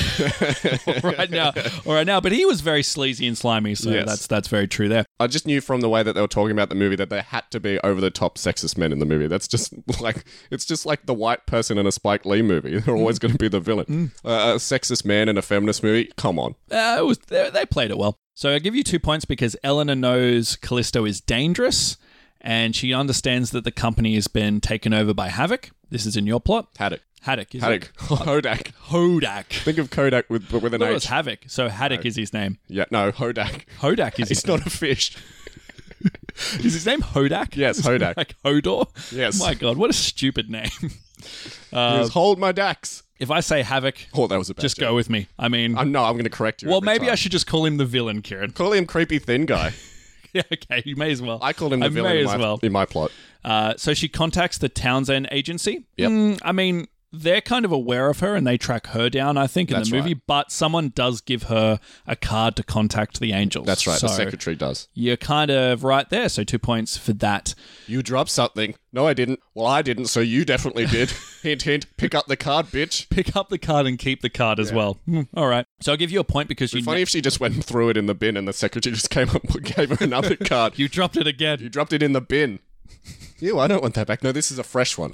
[SPEAKER 2] right now, all right now. But he was very sleazy and slimy, so
[SPEAKER 1] Yes.
[SPEAKER 2] that's that's very true there.
[SPEAKER 1] I just knew from the way that they were talking about the movie that there had to be over the top sexist men in the movie. That's just like it's just like the white person in a Spike Lee movie.
[SPEAKER 2] Mm.
[SPEAKER 1] They're always going to be the villain. Uh, a sexist man in a feminist movie. Come on.
[SPEAKER 2] Uh, it was they, they played it well. So I give you two points because Eleanor knows Callisto is dangerous, and she understands that the company has been taken over by Havoc. This is in your plot.
[SPEAKER 1] Haddock.
[SPEAKER 2] Haddock is
[SPEAKER 1] Haddock. Hodak.
[SPEAKER 2] It? Hodak.
[SPEAKER 1] Think of Kodak with but with an
[SPEAKER 2] I thought it was
[SPEAKER 1] H.
[SPEAKER 2] Havoc. So Haddock is his name.
[SPEAKER 1] yeah, no, Hodak.
[SPEAKER 2] Hodak is his
[SPEAKER 1] It's not a fish.
[SPEAKER 2] Is his name Hodak?
[SPEAKER 1] Yes,
[SPEAKER 2] Is it
[SPEAKER 1] Hodak.
[SPEAKER 2] Like Hodor?
[SPEAKER 1] Yes.
[SPEAKER 2] My God, what a stupid name.
[SPEAKER 1] It was, Hold my Dax.
[SPEAKER 2] If I say Havoc,
[SPEAKER 1] Oh, that was a bad
[SPEAKER 2] Uh, just
[SPEAKER 1] joke.
[SPEAKER 2] go with me. I mean,
[SPEAKER 1] I'm, no, I'm going to correct you.
[SPEAKER 2] well,
[SPEAKER 1] every
[SPEAKER 2] maybe
[SPEAKER 1] time.
[SPEAKER 2] I should just call him the villain, Kieran.
[SPEAKER 1] call him creepy thin guy.
[SPEAKER 2] yeah, okay, you may as well.
[SPEAKER 1] I called him the
[SPEAKER 2] I
[SPEAKER 1] villain
[SPEAKER 2] may
[SPEAKER 1] in
[SPEAKER 2] as
[SPEAKER 1] my,
[SPEAKER 2] well.
[SPEAKER 1] in my plot.
[SPEAKER 2] Uh, so she contacts the Townsend agency.
[SPEAKER 1] Yep.
[SPEAKER 2] Mm, I mean, they're kind of aware of her and they track her down, I think, in
[SPEAKER 1] That's
[SPEAKER 2] the movie, but someone does give her a card to contact the angels.
[SPEAKER 1] That's right.
[SPEAKER 2] So
[SPEAKER 1] the secretary does.
[SPEAKER 2] you're kind of right there. So two points for that.
[SPEAKER 1] You dropped something. No, I didn't. Well, I didn't, so you definitely did. hint, hint. Pick up the card, bitch.
[SPEAKER 2] pick up the card and keep the card as well. Hmm, all right. So I'll give you a point because you
[SPEAKER 1] Funny if she just went and threw it in the bin and the secretary just came up and gave her another card.
[SPEAKER 2] you dropped it again.
[SPEAKER 1] You dropped it in the bin. Ew, I don't want that back. No, this is a fresh one.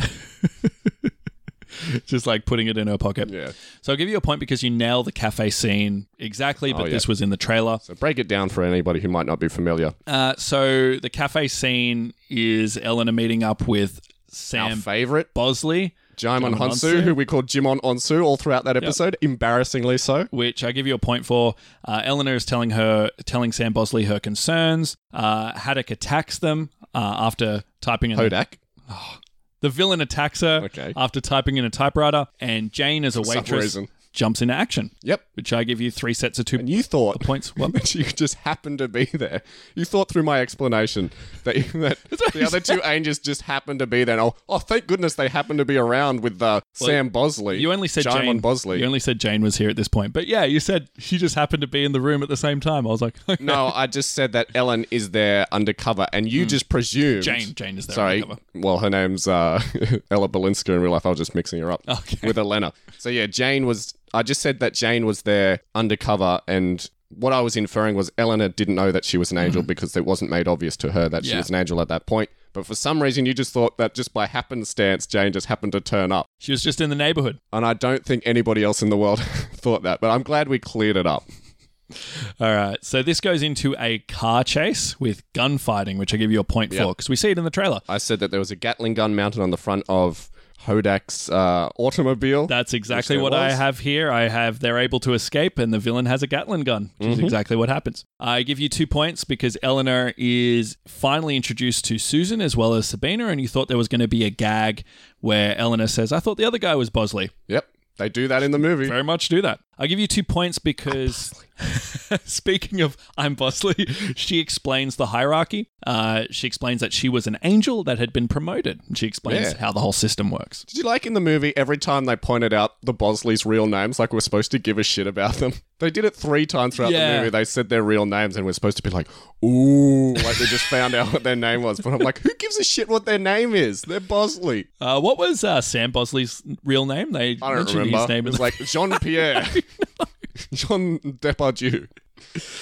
[SPEAKER 2] Just like putting it in her pocket.
[SPEAKER 1] Yeah.
[SPEAKER 2] So I'll give you a point because you nail the cafe scene exactly, but
[SPEAKER 1] Oh, yeah.
[SPEAKER 2] this was in the trailer.
[SPEAKER 1] So break it down for anybody who might not be familiar.
[SPEAKER 2] Uh, so the cafe scene is Eleanor meeting up with
[SPEAKER 1] Our
[SPEAKER 2] Sam
[SPEAKER 1] favorite,
[SPEAKER 2] Bosley,
[SPEAKER 1] Jimon
[SPEAKER 2] Jimon
[SPEAKER 1] Honsu,
[SPEAKER 2] Honsu.
[SPEAKER 1] who we called Jimon Onsu all throughout that episode, embarrassingly so.
[SPEAKER 2] which I give you a point for. Uh, Eleanor is telling her, telling Sam Bosley her concerns. Uh, Haddock attacks them uh, after typing in
[SPEAKER 1] Hodak.
[SPEAKER 2] The villain attacks her
[SPEAKER 1] Okay.
[SPEAKER 2] after typing in a typewriter, and Jane, as a
[SPEAKER 1] some
[SPEAKER 2] waitress,
[SPEAKER 1] reason.
[SPEAKER 2] jumps into action,
[SPEAKER 1] Yep.
[SPEAKER 2] which I give you three sets of two
[SPEAKER 1] You thought
[SPEAKER 2] points. What?
[SPEAKER 1] that you just happened to be there. You thought through my explanation that, that the other two angels just happened to be there. And oh, oh, thank goodness they happened to be around with uh, Sam Bosley.
[SPEAKER 2] You only said
[SPEAKER 1] Jimon
[SPEAKER 2] Jane.
[SPEAKER 1] Bosley.
[SPEAKER 2] You only said Jane was here at this point, but yeah, you said she just happened to be in the room at the same time. I was like,
[SPEAKER 1] no, I just said that Ellen is there undercover, and you just presumed
[SPEAKER 2] Hmm. Jane, Jane is there.
[SPEAKER 1] Sorry,
[SPEAKER 2] undercover.
[SPEAKER 1] well, her name's uh, Ella Balinska in real life. I was just mixing her up
[SPEAKER 2] Okay.
[SPEAKER 1] with Elena. So yeah, Jane was. I just said that Jane was there undercover, and what I was inferring was Eleanor didn't know that she was an angel because it wasn't made obvious to her that she
[SPEAKER 2] Mm-hmm. Yeah.
[SPEAKER 1] was an angel at that point. But for some reason, you just thought that just by happenstance, Jane just happened to turn up.
[SPEAKER 2] She was just in the neighborhood.
[SPEAKER 1] And I don't think anybody else in the world thought that. But I'm glad we cleared it up.
[SPEAKER 2] All right. So this goes into a car chase with gunfighting, which I give you a point for because we see it in the trailer.
[SPEAKER 1] I said that there was a Gatling gun mounted on the front of Hodak's uh, automobile.
[SPEAKER 2] That's exactly
[SPEAKER 1] there
[SPEAKER 2] what I
[SPEAKER 1] was.
[SPEAKER 2] have here. I have they're able to escape, and the villain has a Gatlin gun, which
[SPEAKER 1] Mm-hmm.
[SPEAKER 2] is exactly what happens. I give you two points because Eleanor is finally introduced to Susan as well as Sabina, and you thought there was going to be a gag where Eleanor says, "I thought the other guy was Bosley."
[SPEAKER 1] yep, they do that in the movie.
[SPEAKER 2] Very much do that. I give you two points because. Speaking of I'm Bosley, she explains the hierarchy. Uh, she explains that she was an angel that had been promoted. She explains
[SPEAKER 1] Yeah.
[SPEAKER 2] how the whole system works.
[SPEAKER 1] Did you like in the movie every time they pointed out the Bosley's real names, like we're supposed to give a shit about them? They did it three times throughout the
[SPEAKER 2] Yeah.
[SPEAKER 1] movie. They said their real names, and we're supposed to be like, ooh, like we just found out what their name was. But I'm like, who gives a shit what their name is? They're Bosley.
[SPEAKER 2] Uh, what was uh, Sam Bosley's real name? They
[SPEAKER 1] I don't
[SPEAKER 2] mentioned
[SPEAKER 1] remember.
[SPEAKER 2] his
[SPEAKER 1] it
[SPEAKER 2] name. in
[SPEAKER 1] was
[SPEAKER 2] the-
[SPEAKER 1] like Jean Pierre, Jean Depardieu.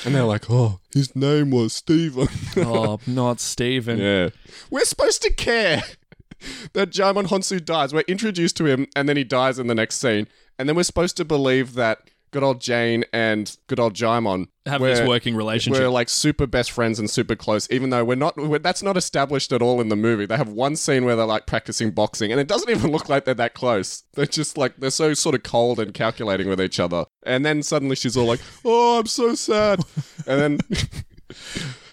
[SPEAKER 1] And they're like, oh, his name was Stephen.
[SPEAKER 2] oh, not Stephen.
[SPEAKER 1] yeah. We're supposed to care that Jaimon Honsu dies. We're introduced to him, and then he dies in the next scene. And then we're supposed to believe that good old Jane and good old Jaimon
[SPEAKER 2] Have
[SPEAKER 1] where
[SPEAKER 2] this working relationship.
[SPEAKER 1] We're like super best friends and super close, even though we're not. We're, that's not established at all in the movie. They have one scene where they're like practicing boxing, and it doesn't even look like they're that close. They're just like they're so sort of cold and calculating with each other. And then suddenly she's all like, "Oh, I'm so sad," and then.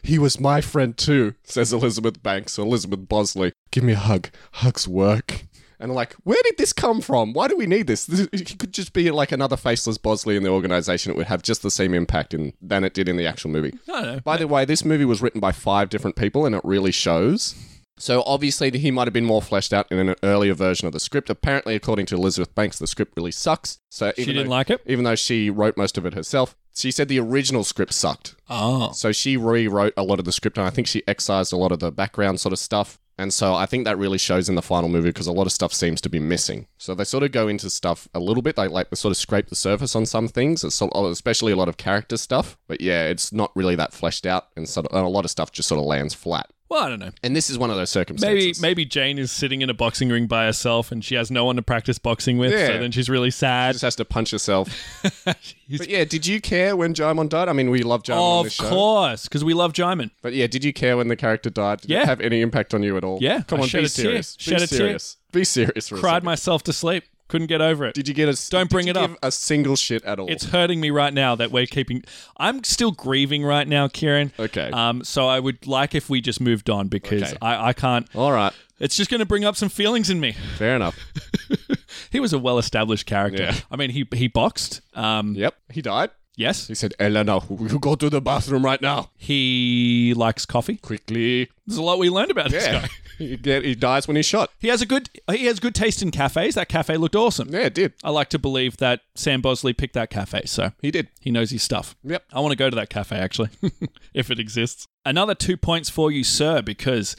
[SPEAKER 1] He was my friend too, says Elizabeth Banks, Elizabeth Bosley. Give me a hug. Hugs work. And I'm like, where did this come from? Why do we need this? this he could just be like another faceless Bosley in the organization. It would have just the same impact in, than it did in the actual movie.
[SPEAKER 2] I don't know.
[SPEAKER 1] By the way, this movie was written by five different people, and it really shows. So obviously, he might have been more fleshed out in an earlier version of the script. Apparently, according to Elizabeth Banks, the script really sucks. So even
[SPEAKER 2] She didn't
[SPEAKER 1] though,
[SPEAKER 2] like it.
[SPEAKER 1] even though she wrote most of it herself, she said the original script sucked.
[SPEAKER 2] Oh,
[SPEAKER 1] So she rewrote a lot of the script, and I think she excised a lot of the background sort of stuff. And so I think that really shows in the final movie because a lot of stuff seems to be missing. So they sort of go into stuff a little bit. They like they sort of scrape the surface on some things, it's sort of- especially a lot of character stuff. But yeah, it's not really that fleshed out, and, sort of, and a lot of stuff just sort of lands flat.
[SPEAKER 2] well, I don't know.
[SPEAKER 1] And this is one of those circumstances.
[SPEAKER 2] Maybe maybe Jane is sitting in a boxing ring by herself and she has no one to practice boxing with,
[SPEAKER 1] Yeah.
[SPEAKER 2] so then she's really sad.
[SPEAKER 1] just has to punch herself.
[SPEAKER 2] She's-
[SPEAKER 1] But yeah, did you care when Jaimon died? I mean, we love Jaimon on
[SPEAKER 2] of
[SPEAKER 1] this show.
[SPEAKER 2] course, because we love Jaimin.
[SPEAKER 1] But yeah, did you care when the character died? Did
[SPEAKER 2] Yeah.
[SPEAKER 1] it have any impact on you at all?
[SPEAKER 2] Yeah,
[SPEAKER 1] Come
[SPEAKER 2] I
[SPEAKER 1] on,
[SPEAKER 2] shed
[SPEAKER 1] be
[SPEAKER 2] a tear.
[SPEAKER 1] serious. Be
[SPEAKER 2] Shed a tear.
[SPEAKER 1] serious. Be serious for a
[SPEAKER 2] Cried
[SPEAKER 1] second.
[SPEAKER 2] myself to sleep. Couldn't get over it.
[SPEAKER 1] Did you get a
[SPEAKER 2] Don't bring
[SPEAKER 1] did
[SPEAKER 2] it
[SPEAKER 1] you
[SPEAKER 2] up.
[SPEAKER 1] give a single shit at all?
[SPEAKER 2] It's hurting me right now that we're keeping. I'm still grieving right now, Kieran.
[SPEAKER 1] Okay.
[SPEAKER 2] Um. So I would like if we just moved on because
[SPEAKER 1] Okay.
[SPEAKER 2] I I can't.
[SPEAKER 1] all right.
[SPEAKER 2] It's just going to bring up some feelings in me.
[SPEAKER 1] Fair enough.
[SPEAKER 2] He was a well-established character.
[SPEAKER 1] Yeah.
[SPEAKER 2] I mean, he he boxed. Um.
[SPEAKER 1] Yep. He died.
[SPEAKER 2] Yes.
[SPEAKER 1] He said, "Elena, you go to the bathroom right now,
[SPEAKER 2] He likes coffee.
[SPEAKER 1] quickly."
[SPEAKER 2] There's a lot we learned about this
[SPEAKER 1] Yeah.
[SPEAKER 2] guy.
[SPEAKER 1] he, get, he dies when he's shot.
[SPEAKER 2] He has a good he has good taste in cafes. That cafe looked awesome.
[SPEAKER 1] Yeah, it did.
[SPEAKER 2] I like to believe that Sam Bosley picked that cafe, so
[SPEAKER 1] He did.
[SPEAKER 2] he knows his stuff.
[SPEAKER 1] Yep.
[SPEAKER 2] I want to go to that cafe actually, if it exists. Another two points for you, sir, because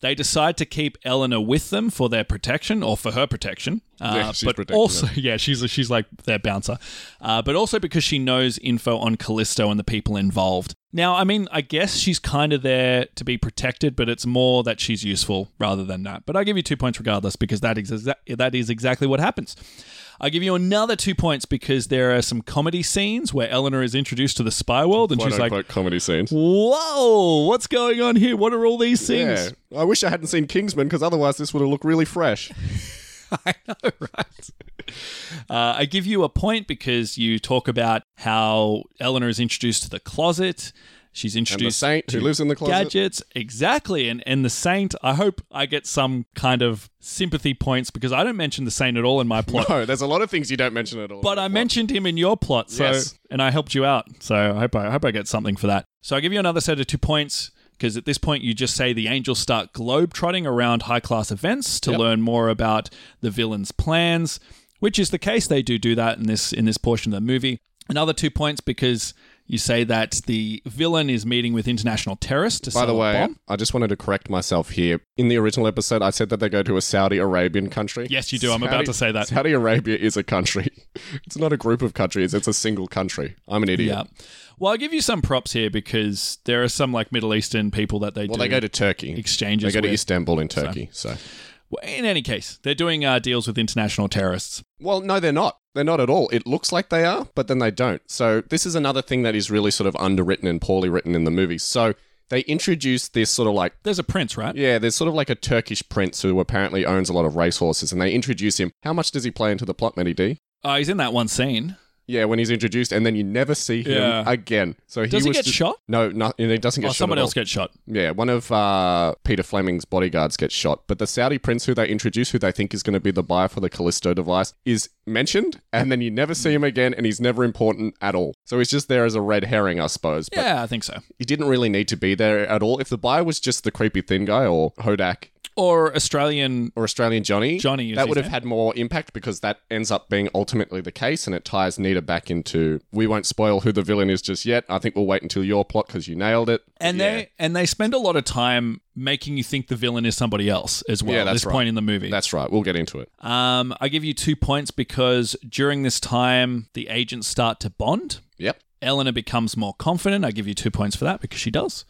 [SPEAKER 2] they decide to keep Eleanor with them for their protection or for her protection. Uh,
[SPEAKER 1] Yeah, she's
[SPEAKER 2] but
[SPEAKER 1] protecting
[SPEAKER 2] also, yeah, she's she's like their bouncer, uh, but also because she knows info on Callisto and the people involved. Now, I mean, I guess she's kind of there to be protected, but it's more that she's useful rather than that. But I give you two points regardless because that is exa- that is exactly what happens. I give you another two points because there are some comedy scenes where Eleanor is introduced to the spy world and
[SPEAKER 1] Quote
[SPEAKER 2] she's like,
[SPEAKER 1] unquote comedy scenes.
[SPEAKER 2] "Whoa, what's going on here? What are all these things?"
[SPEAKER 1] Yeah. I wish I hadn't seen Kingsman because otherwise this would have looked really fresh.
[SPEAKER 2] I know, right? Uh, I give you a point because you talk about how Eleanor is introduced to the closet. She's
[SPEAKER 1] And the
[SPEAKER 2] introduced
[SPEAKER 1] saint who lives in the
[SPEAKER 2] to
[SPEAKER 1] closet.
[SPEAKER 2] gadgets. Exactly. And, and the saint, I hope I get some kind of sympathy points because I don't mention the saint at all in my plot.
[SPEAKER 1] No, there's a lot of things you don't mention at all.
[SPEAKER 2] But I
[SPEAKER 1] What?
[SPEAKER 2] mentioned him in your plot, so
[SPEAKER 1] Yes.
[SPEAKER 2] and I helped you out. So I hope I, I hope I get something for that. So I give you another set of two points because at this point you just say the angels start globetrotting around high class events to learn more about the villain's plans, which is the case. They do do that in this in this portion of the movie. Another two points because you say that the villain is meeting with international terrorists to
[SPEAKER 1] By
[SPEAKER 2] sell
[SPEAKER 1] the
[SPEAKER 2] a
[SPEAKER 1] way,
[SPEAKER 2] bomb.
[SPEAKER 1] I just wanted to correct myself here. In the original episode, I said that they go to a Saudi Arabian country.
[SPEAKER 2] Yes, you do. I'm about to say that.
[SPEAKER 1] Saudi Arabia is a country. It's not a group of countries, it's a single country. I'm an idiot.
[SPEAKER 2] Yeah. Well, I'll give you some props here because there are some like Middle Eastern people that they
[SPEAKER 1] Well,
[SPEAKER 2] do
[SPEAKER 1] they go to Turkey.
[SPEAKER 2] exchanges
[SPEAKER 1] They go to
[SPEAKER 2] with.
[SPEAKER 1] Istanbul in Turkey. So.
[SPEAKER 2] Well, in any case, they're doing uh, deals with international terrorists.
[SPEAKER 1] Well, no, they're not. They're not at all. It looks like they are, but then they don't. So, this is another thing that is really sort of underwritten and poorly written in the movie. So, they introduce this sort of like
[SPEAKER 2] There's a prince, right?
[SPEAKER 1] Yeah, there's sort of like a Turkish prince who apparently owns a lot of racehorses, and they introduce him. How much does he play into the plot, Matty D?
[SPEAKER 2] Uh, he's in that one scene.
[SPEAKER 1] Yeah, when he's introduced, and then you never see him
[SPEAKER 2] Yeah.
[SPEAKER 1] again. So he
[SPEAKER 2] Does he
[SPEAKER 1] was
[SPEAKER 2] get
[SPEAKER 1] just-
[SPEAKER 2] shot?
[SPEAKER 1] No, no, he doesn't get
[SPEAKER 2] Or
[SPEAKER 1] shot.
[SPEAKER 2] Oh, someone
[SPEAKER 1] at
[SPEAKER 2] else
[SPEAKER 1] all.
[SPEAKER 2] gets shot.
[SPEAKER 1] Yeah, one of uh, Peter Fleming's bodyguards gets shot, but the Saudi prince who they introduce, who they think is going to be the buyer for the Callisto device, is mentioned, and then you never see him again, and he's never important at all. So he's just there as a red herring, I suppose. But
[SPEAKER 2] Yeah, I think so.
[SPEAKER 1] he didn't really need to be there at all. If the buyer was just the creepy thin guy or Hodak,
[SPEAKER 2] Or Australian.
[SPEAKER 1] or Australian Johnny,
[SPEAKER 2] Johnny is
[SPEAKER 1] that
[SPEAKER 2] his
[SPEAKER 1] would have
[SPEAKER 2] name.
[SPEAKER 1] had more impact because that ends up being ultimately the case, and it ties Nita back into. We won't spoil who the villain is just yet. I think we'll wait until your plot because you nailed it.
[SPEAKER 2] And
[SPEAKER 1] Yeah.
[SPEAKER 2] they and they spend a lot of time making you think the villain is somebody else as well.
[SPEAKER 1] Yeah,
[SPEAKER 2] at
[SPEAKER 1] that's
[SPEAKER 2] this
[SPEAKER 1] right.
[SPEAKER 2] point in the movie,
[SPEAKER 1] That's right. We'll get into it.
[SPEAKER 2] um, I give you two points because during this time the agents start to bond.
[SPEAKER 1] Yep.
[SPEAKER 2] Eleanor
[SPEAKER 1] Mm-hmm.
[SPEAKER 2] becomes more confident. I give you two points for that because she does.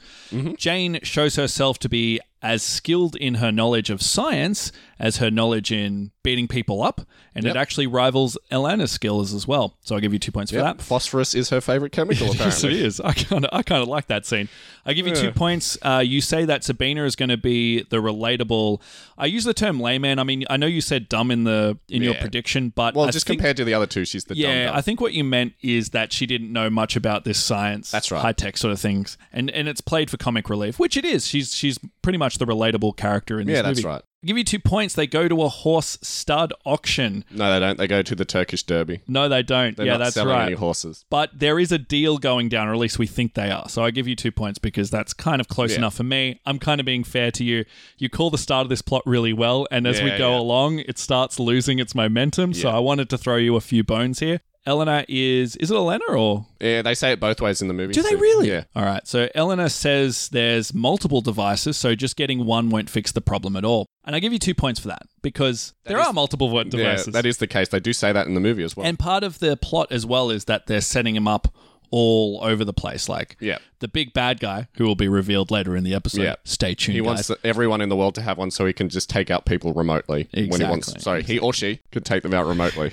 [SPEAKER 2] Jane shows herself to be as skilled in her knowledge of science as her knowledge in beating people up, and
[SPEAKER 1] Yep.
[SPEAKER 2] it actually rivals Elena's skills as well. So I'll give you two points
[SPEAKER 1] Yep,
[SPEAKER 2] for that.
[SPEAKER 1] Phosphorus is her favorite chemical,
[SPEAKER 2] Yes, it
[SPEAKER 1] apparently.
[SPEAKER 2] is. I kind of, I kind of like that scene. I give you two points. Uh, you say that Sabina is going to be the relatable. I use the term layman. I mean, I know you said dumb in the in your
[SPEAKER 1] Yeah.
[SPEAKER 2] prediction, but
[SPEAKER 1] well,
[SPEAKER 2] I
[SPEAKER 1] just
[SPEAKER 2] think-
[SPEAKER 1] compared to the other two, she's the
[SPEAKER 2] Yeah,
[SPEAKER 1] dumb
[SPEAKER 2] I think what you meant is that she didn't know much about this science,
[SPEAKER 1] That's right.
[SPEAKER 2] high tech sort of things, and and it's played for comic relief, which it is. She's she's pretty much the relatable character in this
[SPEAKER 1] Yeah, that's
[SPEAKER 2] movie.
[SPEAKER 1] right.
[SPEAKER 2] Give you two points. They go to a horse stud auction.
[SPEAKER 1] No, they don't. They go to the Turkish Derby.
[SPEAKER 2] No, they don't.
[SPEAKER 1] They're
[SPEAKER 2] yeah,
[SPEAKER 1] not
[SPEAKER 2] that's
[SPEAKER 1] selling
[SPEAKER 2] right
[SPEAKER 1] any horses.
[SPEAKER 2] but there is a deal going down, or at least we think they are. So I give you two points because that's kind of close
[SPEAKER 1] Yeah.
[SPEAKER 2] enough for me. I'm kind of being fair to you. You call the start of this plot really well, and as we
[SPEAKER 1] Yeah,
[SPEAKER 2] go
[SPEAKER 1] yeah.
[SPEAKER 2] along, it starts losing its momentum. So
[SPEAKER 1] Yeah.
[SPEAKER 2] I wanted to throw you a few bones here. Eleanor is is it Elena or
[SPEAKER 1] Yeah, they say it both ways in the movie.
[SPEAKER 2] do they
[SPEAKER 1] so-
[SPEAKER 2] really?
[SPEAKER 1] Yeah.
[SPEAKER 2] All right. So Eleanor says there's multiple devices, so just getting one won't fix the problem at all. And I give you two points for that because there
[SPEAKER 1] is-
[SPEAKER 2] are multiple vo-
[SPEAKER 1] Yeah,
[SPEAKER 2] devices.
[SPEAKER 1] that is the case. They do say that in the movie as well.
[SPEAKER 2] And part of the plot as well is that they're setting him up all over the place. Like
[SPEAKER 1] Yeah.
[SPEAKER 2] the big bad guy, who will be revealed later in the episode.
[SPEAKER 1] Yeah.
[SPEAKER 2] Stay tuned,
[SPEAKER 1] He
[SPEAKER 2] guys.
[SPEAKER 1] wants everyone in the world to have one so he can just take out people remotely when he
[SPEAKER 2] Exactly.
[SPEAKER 1] wants. Sorry, he or she could take them out remotely.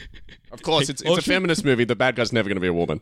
[SPEAKER 1] of course, it's, it's
[SPEAKER 2] or
[SPEAKER 1] a
[SPEAKER 2] she-
[SPEAKER 1] feminist movie. The bad guy's never going to be a woman.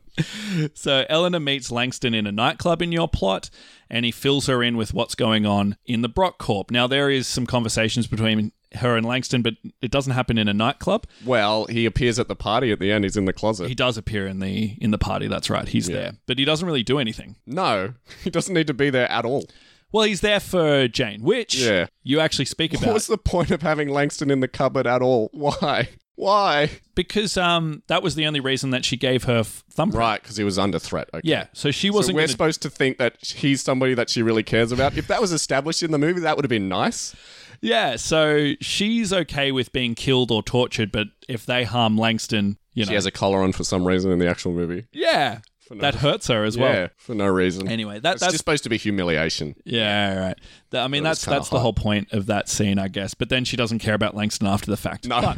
[SPEAKER 2] so Eleanor meets Langston in a nightclub in your plot, and he fills her in with what's going on in the Brock Corp. Now there is some conversations between her and Langston, but it doesn't happen in a nightclub.
[SPEAKER 1] Well, he appears at the party at the end. He's in the closet.
[SPEAKER 2] He does appear in the in the party. That's right. He's there, but he doesn't really do anything.
[SPEAKER 1] no, he doesn't need to be there at all.
[SPEAKER 2] Well, he's there for Jane, which
[SPEAKER 1] Yeah.
[SPEAKER 2] you actually speak about.
[SPEAKER 1] What was the point of having Langston in the cupboard at all? Why? Why?
[SPEAKER 2] because um that was the only reason that she gave her f- thumbprint.
[SPEAKER 1] Right, because he was under threat. Okay.
[SPEAKER 2] Yeah, so she
[SPEAKER 1] So
[SPEAKER 2] wasn't.
[SPEAKER 1] we're
[SPEAKER 2] gonna-
[SPEAKER 1] supposed to think that he's somebody that she really cares about. If that was established in the movie, that would have been nice.
[SPEAKER 2] yeah, so she's okay with being killed or tortured, but if they harm Langston, you know,
[SPEAKER 1] She has a collar on for some reason in the actual movie.
[SPEAKER 2] yeah, that hurts her as well.
[SPEAKER 1] yeah, for no reason.
[SPEAKER 2] Anyway, that,
[SPEAKER 1] it's
[SPEAKER 2] that's
[SPEAKER 1] just supposed to be humiliation.
[SPEAKER 2] yeah, all right. That- I mean,
[SPEAKER 1] was
[SPEAKER 2] that's
[SPEAKER 1] kinda
[SPEAKER 2] that's the
[SPEAKER 1] hot.
[SPEAKER 2] whole point of that scene, I guess. But then she doesn't care about Langston after the fact.
[SPEAKER 1] No.
[SPEAKER 2] But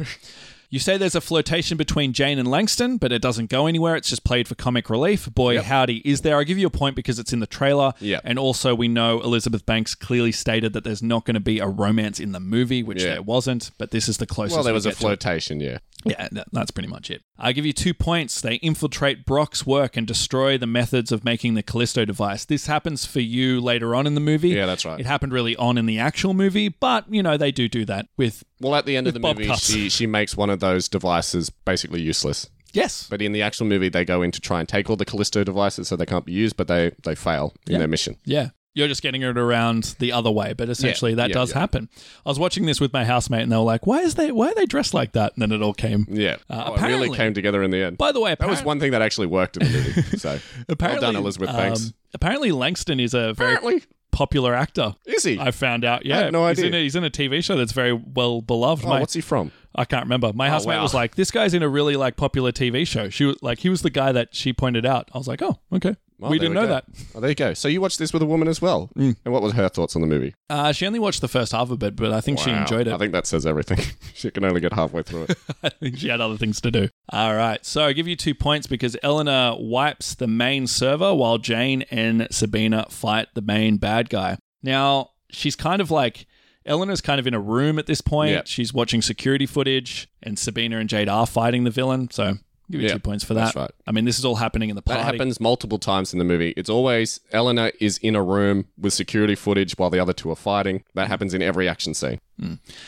[SPEAKER 2] you say there's a flirtation between Jane and Langston, but it doesn't go anywhere. It's just played for comic relief. Boy, howdy, is there? I give you a point because it's in the trailer.
[SPEAKER 1] Yep.
[SPEAKER 2] And also, we know Elizabeth Banks clearly stated that there's not going to be a romance in the movie, which
[SPEAKER 1] Yeah.
[SPEAKER 2] there wasn't. But this is the closest.
[SPEAKER 1] well, there
[SPEAKER 2] we
[SPEAKER 1] was a
[SPEAKER 2] get to it.
[SPEAKER 1] flirtation, yeah.
[SPEAKER 2] Yeah, that- that's pretty much it. I give you two points. They infiltrate Brock's work and destroy the methods of making the Callisto device. This happens for you later on in the movie.
[SPEAKER 1] Yeah, that's right.
[SPEAKER 2] It happened really on in the actual movie, but you know they do do that with
[SPEAKER 1] Well, at the end of the
[SPEAKER 2] Bob
[SPEAKER 1] movie,
[SPEAKER 2] cuts.
[SPEAKER 1] she, she makes one of those devices basically useless.
[SPEAKER 2] yes,
[SPEAKER 1] But in the actual movie, they go in to try and take all the Callisto devices so they can't be used, but they, they fail in their mission.
[SPEAKER 2] yeah. You're just getting it around the other way, but essentially that
[SPEAKER 1] yeah,
[SPEAKER 2] does
[SPEAKER 1] yeah.
[SPEAKER 2] happen. I was watching this with my housemate, and they were like, "Why is they? Why are they dressed like that?" And then it all came.
[SPEAKER 1] Yeah.
[SPEAKER 2] Uh,
[SPEAKER 1] Oh, it really
[SPEAKER 2] apparently-
[SPEAKER 1] came together in the end.
[SPEAKER 2] By the way,
[SPEAKER 1] that was one thing that actually worked in the movie. So well
[SPEAKER 2] apparently
[SPEAKER 1] done, Elizabeth
[SPEAKER 2] um,
[SPEAKER 1] Banks.
[SPEAKER 2] Apparently, Langston is a very
[SPEAKER 1] Apparently,
[SPEAKER 2] popular actor.
[SPEAKER 1] is he?
[SPEAKER 2] I found out. Yeah,
[SPEAKER 1] had no
[SPEAKER 2] he's
[SPEAKER 1] idea.
[SPEAKER 2] In a, he's in a TV show that's very well beloved.
[SPEAKER 1] oh,
[SPEAKER 2] My-
[SPEAKER 1] what's he from?
[SPEAKER 2] I can't remember. My housemate
[SPEAKER 1] wow.
[SPEAKER 2] was like, "This guy's in a really like popular TV show." She was like, "He was the guy that she pointed out." I was like, "Oh, okay,
[SPEAKER 1] Well,
[SPEAKER 2] we
[SPEAKER 1] there
[SPEAKER 2] didn't know
[SPEAKER 1] go.
[SPEAKER 2] that."
[SPEAKER 1] Oh, there you go. So you watched this with a woman as well.
[SPEAKER 2] Mm.
[SPEAKER 1] And what were her thoughts on the movie?
[SPEAKER 2] Uh, she only watched the first half of it, but I think she
[SPEAKER 1] Wow.
[SPEAKER 2] enjoyed
[SPEAKER 1] I
[SPEAKER 2] it.
[SPEAKER 1] think that says everything. she can only get halfway through it.
[SPEAKER 2] I think she had other things to do. All right, so I give you two points because Eleanor wipes the main server while Jane and Sabina fight the main bad guy. Now she's kind of like. Eleanor's kind of in a room at this point.
[SPEAKER 1] Yeah.
[SPEAKER 2] She's watching security footage, and Sabina and Jade are fighting the villain. So give you
[SPEAKER 1] Yeah,
[SPEAKER 2] two points for that.
[SPEAKER 1] That's right.
[SPEAKER 2] I mean, this is all happening in the
[SPEAKER 1] That
[SPEAKER 2] party.
[SPEAKER 1] happens multiple times in the movie. It's always Eleanor is in a room with security footage while the other two are fighting. That happens in every action scene,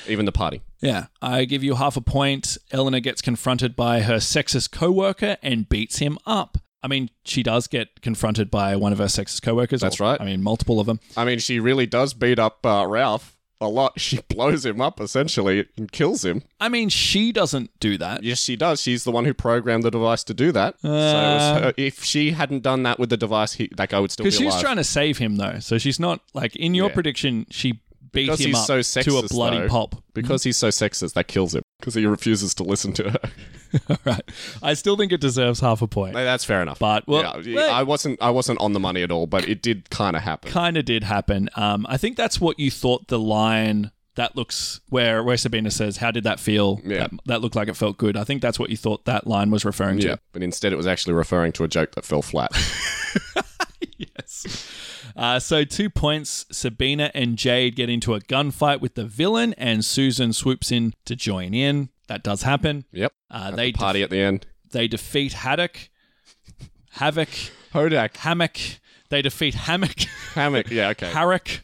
[SPEAKER 1] even the party.
[SPEAKER 2] Yeah, I give you half a point. Eleanor gets confronted by her sexist coworker and beats him up. I mean, she does get confronted by one of her sexist coworkers.
[SPEAKER 1] That's
[SPEAKER 2] or-
[SPEAKER 1] right.
[SPEAKER 2] I mean, multiple of them.
[SPEAKER 1] I mean, she really does beat up uh, Ralph a lot. She blows him up essentially and kills him.
[SPEAKER 2] I mean, she doesn't do that.
[SPEAKER 1] Yes, she does. She's the one who programmed the device to do that. so it was her, if she hadn't done that with the device, he, that guy would still be
[SPEAKER 2] Because she
[SPEAKER 1] alive.
[SPEAKER 2] was trying to save him, though. So she's not like in your
[SPEAKER 1] Yeah.
[SPEAKER 2] prediction, she beat
[SPEAKER 1] Because
[SPEAKER 2] him
[SPEAKER 1] he's
[SPEAKER 2] up
[SPEAKER 1] so
[SPEAKER 2] to a
[SPEAKER 1] sexist,
[SPEAKER 2] bloody
[SPEAKER 1] though.
[SPEAKER 2] pop.
[SPEAKER 1] because he's so sexist, that kills him. Because he refuses to listen to her.
[SPEAKER 2] All right. I still think it deserves half a point.
[SPEAKER 1] No, that's fair enough.
[SPEAKER 2] But, well,
[SPEAKER 1] yeah, I wasn't. I wasn't on the money at all. But it did kind of happen.
[SPEAKER 2] kind of did happen. Um, I think that's what you thought the line that looks where where Sabina says, "How did that feel?
[SPEAKER 1] Yeah.
[SPEAKER 2] That, that looked like it felt good." I think that's what you thought that line was referring to.
[SPEAKER 1] Yeah, but instead it was actually referring to a joke that fell flat.
[SPEAKER 2] yes. Uh, so, two points. Sabina and Jade get into a gunfight with the villain, and Susan swoops in to join in. That does happen.
[SPEAKER 1] Yep.
[SPEAKER 2] Uh,
[SPEAKER 1] At
[SPEAKER 2] they,
[SPEAKER 1] the party
[SPEAKER 2] def-
[SPEAKER 1] at the end.
[SPEAKER 2] they defeat Haddock. Havoc.
[SPEAKER 1] Hodak.
[SPEAKER 2] Hammock. They defeat Hammock.
[SPEAKER 1] Hammock. Yeah, okay.
[SPEAKER 2] Harrick.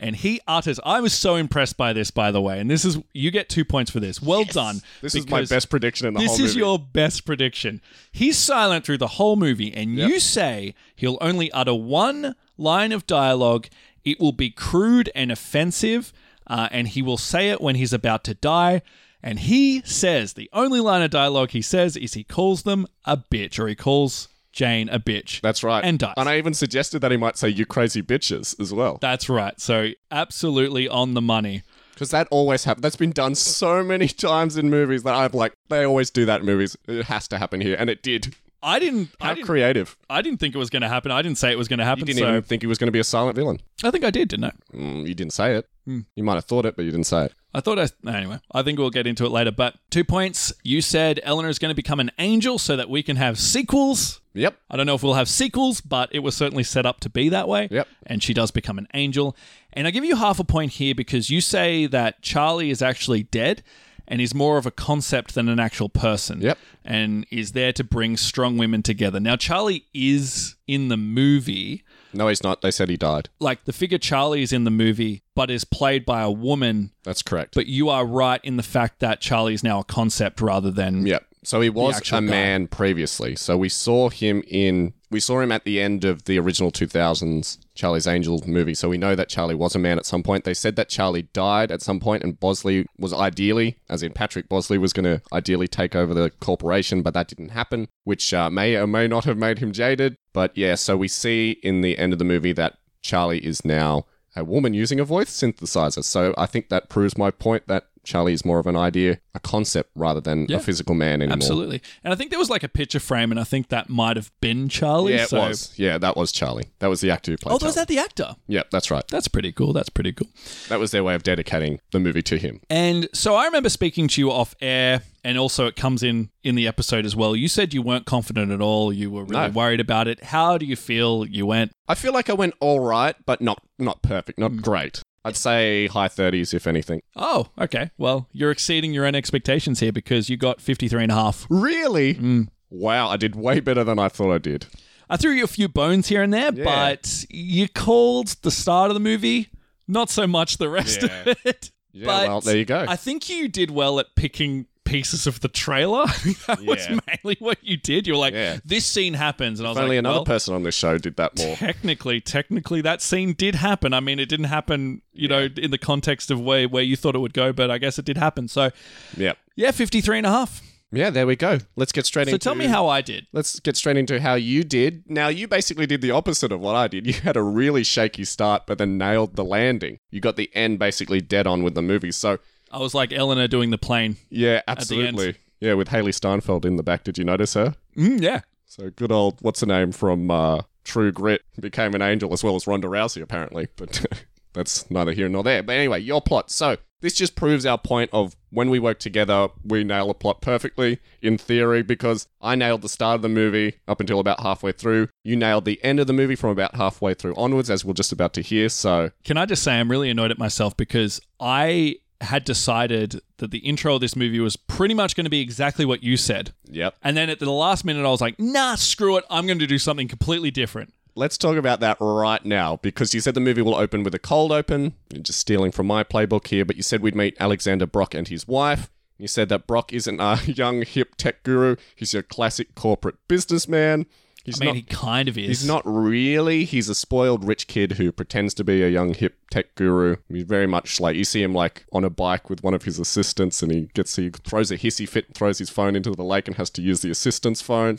[SPEAKER 2] And he utters, I was so impressed by this, by the way. And this is, you get two points for this. Well done.
[SPEAKER 1] this is my
[SPEAKER 2] because-
[SPEAKER 1] best prediction in the
[SPEAKER 2] this
[SPEAKER 1] whole
[SPEAKER 2] is
[SPEAKER 1] movie.
[SPEAKER 2] your best prediction. He's silent through the whole movie, and you say he'll only utter one line of dialogue. It will be crude and offensive, uh, and he will say it when he's about to die. And he says the only line of dialogue he says is he calls them a bitch, or he calls Jane a bitch.
[SPEAKER 1] That's right.
[SPEAKER 2] And dies.
[SPEAKER 1] I even suggested that he might say, you crazy bitches, as well.
[SPEAKER 2] That's right. So absolutely on the money.
[SPEAKER 1] Because that always happens. That's been done so many times in movies that I've like, they always do that in movies. It has to happen here. And it did.
[SPEAKER 2] I didn't. I
[SPEAKER 1] How
[SPEAKER 2] didn't,
[SPEAKER 1] creative.
[SPEAKER 2] I didn't think it was going to happen. I didn't say it was going to happen.
[SPEAKER 1] You didn't
[SPEAKER 2] so
[SPEAKER 1] even think he was going to be a silent villain.
[SPEAKER 2] I think I did, didn't I?
[SPEAKER 1] Mm, you didn't say it.
[SPEAKER 2] Hmm.
[SPEAKER 1] You might have thought it, but you didn't say it.
[SPEAKER 2] I thought I anyway. I think we'll get into it later. But two points. You said Eleanor is going to become an angel so that we can have sequels.
[SPEAKER 1] Yep.
[SPEAKER 2] I don't know if we'll have sequels, but it was certainly set up to be that way.
[SPEAKER 1] Yep.
[SPEAKER 2] And she does become an angel. And I give you half a point here because you say that Charlie is actually dead and is more of a concept than an actual person.
[SPEAKER 1] Yep.
[SPEAKER 2] And is there to bring strong women together. Now Charlie is in the movie
[SPEAKER 1] No, he's not. They said he died.
[SPEAKER 2] like the figure Charlie is in the movie, but is played by a woman
[SPEAKER 1] That's correct.
[SPEAKER 2] but you are right in the fact that Charlie is now a concept rather than
[SPEAKER 1] Yep. So he was
[SPEAKER 2] actual
[SPEAKER 1] a
[SPEAKER 2] guy.
[SPEAKER 1] man previously. So we saw him in we saw him at the end of the original 2000s Charlie's Angels movie. So we know that Charlie was a man at some point. They said that Charlie died at some point and Bosley was ideally, as in Patrick Bosley was going to ideally take over the corporation, but that didn't happen, which uh, may or may not have made him jaded. But yeah, so we see in the end of the movie that Charlie is now a woman using a voice synthesizer. So I think that proves my point that Charlie is more of an idea, a concept rather than a physical man anymore.
[SPEAKER 2] absolutely. And I think there was like a picture frame, and I think that might have been Charlie.
[SPEAKER 1] Yeah, it
[SPEAKER 2] so-
[SPEAKER 1] was. Yeah, that was Charlie. That was the actor who played.
[SPEAKER 2] Oh,
[SPEAKER 1] Charlie.
[SPEAKER 2] was that the actor?
[SPEAKER 1] Yeah, that's right.
[SPEAKER 2] That's pretty cool. That's pretty cool.
[SPEAKER 1] That was their way of dedicating the movie to him.
[SPEAKER 2] And so I remember speaking to you off air, and also it comes in in the episode as well. You said you weren't confident at all. You were really
[SPEAKER 1] No.
[SPEAKER 2] worried about it. How do you feel you went?
[SPEAKER 1] I feel like I went all right, but not not perfect,
[SPEAKER 2] Mm.
[SPEAKER 1] not great. I'd say high thirties, if anything.
[SPEAKER 2] Oh, okay. Well, you're exceeding your own expectations here because you got 53 and a half.
[SPEAKER 1] Really?
[SPEAKER 2] Mm.
[SPEAKER 1] Wow, I did way better than I thought I did.
[SPEAKER 2] I threw you a few bones here and there,
[SPEAKER 1] Yeah.
[SPEAKER 2] but you called the start of the movie, not so much the rest
[SPEAKER 1] Yeah.
[SPEAKER 2] of it.
[SPEAKER 1] Yeah,
[SPEAKER 2] but
[SPEAKER 1] well, there you go.
[SPEAKER 2] I think you did well at picking pieces of the trailer. I think that was
[SPEAKER 1] Yeah.
[SPEAKER 2] mainly what you did. You were like,
[SPEAKER 1] Yeah.
[SPEAKER 2] this scene happens. And I was
[SPEAKER 1] If Only
[SPEAKER 2] like,
[SPEAKER 1] another
[SPEAKER 2] well,
[SPEAKER 1] person on this show did that more.
[SPEAKER 2] technically, technically, that scene did happen. I mean, it didn't happen, you know, in the context of where, where you thought it would go, but I guess it did happen. So,
[SPEAKER 1] yeah.
[SPEAKER 2] yeah, 53 and a half.
[SPEAKER 1] Yeah, there we go. Let's get straight
[SPEAKER 2] So
[SPEAKER 1] into
[SPEAKER 2] tell me how I did.
[SPEAKER 1] Let's get straight into how you did. Now, you basically did the opposite of what I did. You had a really shaky start, but then nailed the landing. You got the end basically dead on with the movie. So,
[SPEAKER 2] I was like Eleanor doing the plane.
[SPEAKER 1] yeah,
[SPEAKER 2] the end.
[SPEAKER 1] absolutely. Yeah, with Haley Steinfeld in the back. Did you notice her?
[SPEAKER 2] Mm, yeah.
[SPEAKER 1] So, good old, what's her name from uh, True Grit became an angel as well as Ronda Rousey, apparently. But that's neither here nor there. But anyway, your plot. So, this just proves our point of when we work together, we nail a plot perfectly, in theory, because I nailed the start of the movie up until about halfway through. You nailed the end of the movie from about halfway through onwards, as we're just about to hear. So,
[SPEAKER 2] Can I just say I'm really annoyed at myself because I had decided that the intro of this movie was pretty much going to be exactly what you said.
[SPEAKER 1] yep.
[SPEAKER 2] And then at the last minute, I was like, nah, screw it. I'm going to do something completely different.
[SPEAKER 1] Let's talk about that right now because you said the movie will open with a cold open. You're just stealing from my playbook here, but you said we'd meet Alexander Brock and his wife. You said that Brock isn't a young, hip tech guru. He's your classic corporate businessman. He's
[SPEAKER 2] I mean,
[SPEAKER 1] not.
[SPEAKER 2] he kind of is.
[SPEAKER 1] He's not really. He's a spoiled rich kid who pretends to be a young hip tech guru. He's very much like you see him like on a bike with one of his assistants, and he gets he throws a hissy fit, throws his phone into the lake, and has to use the assistant's phone.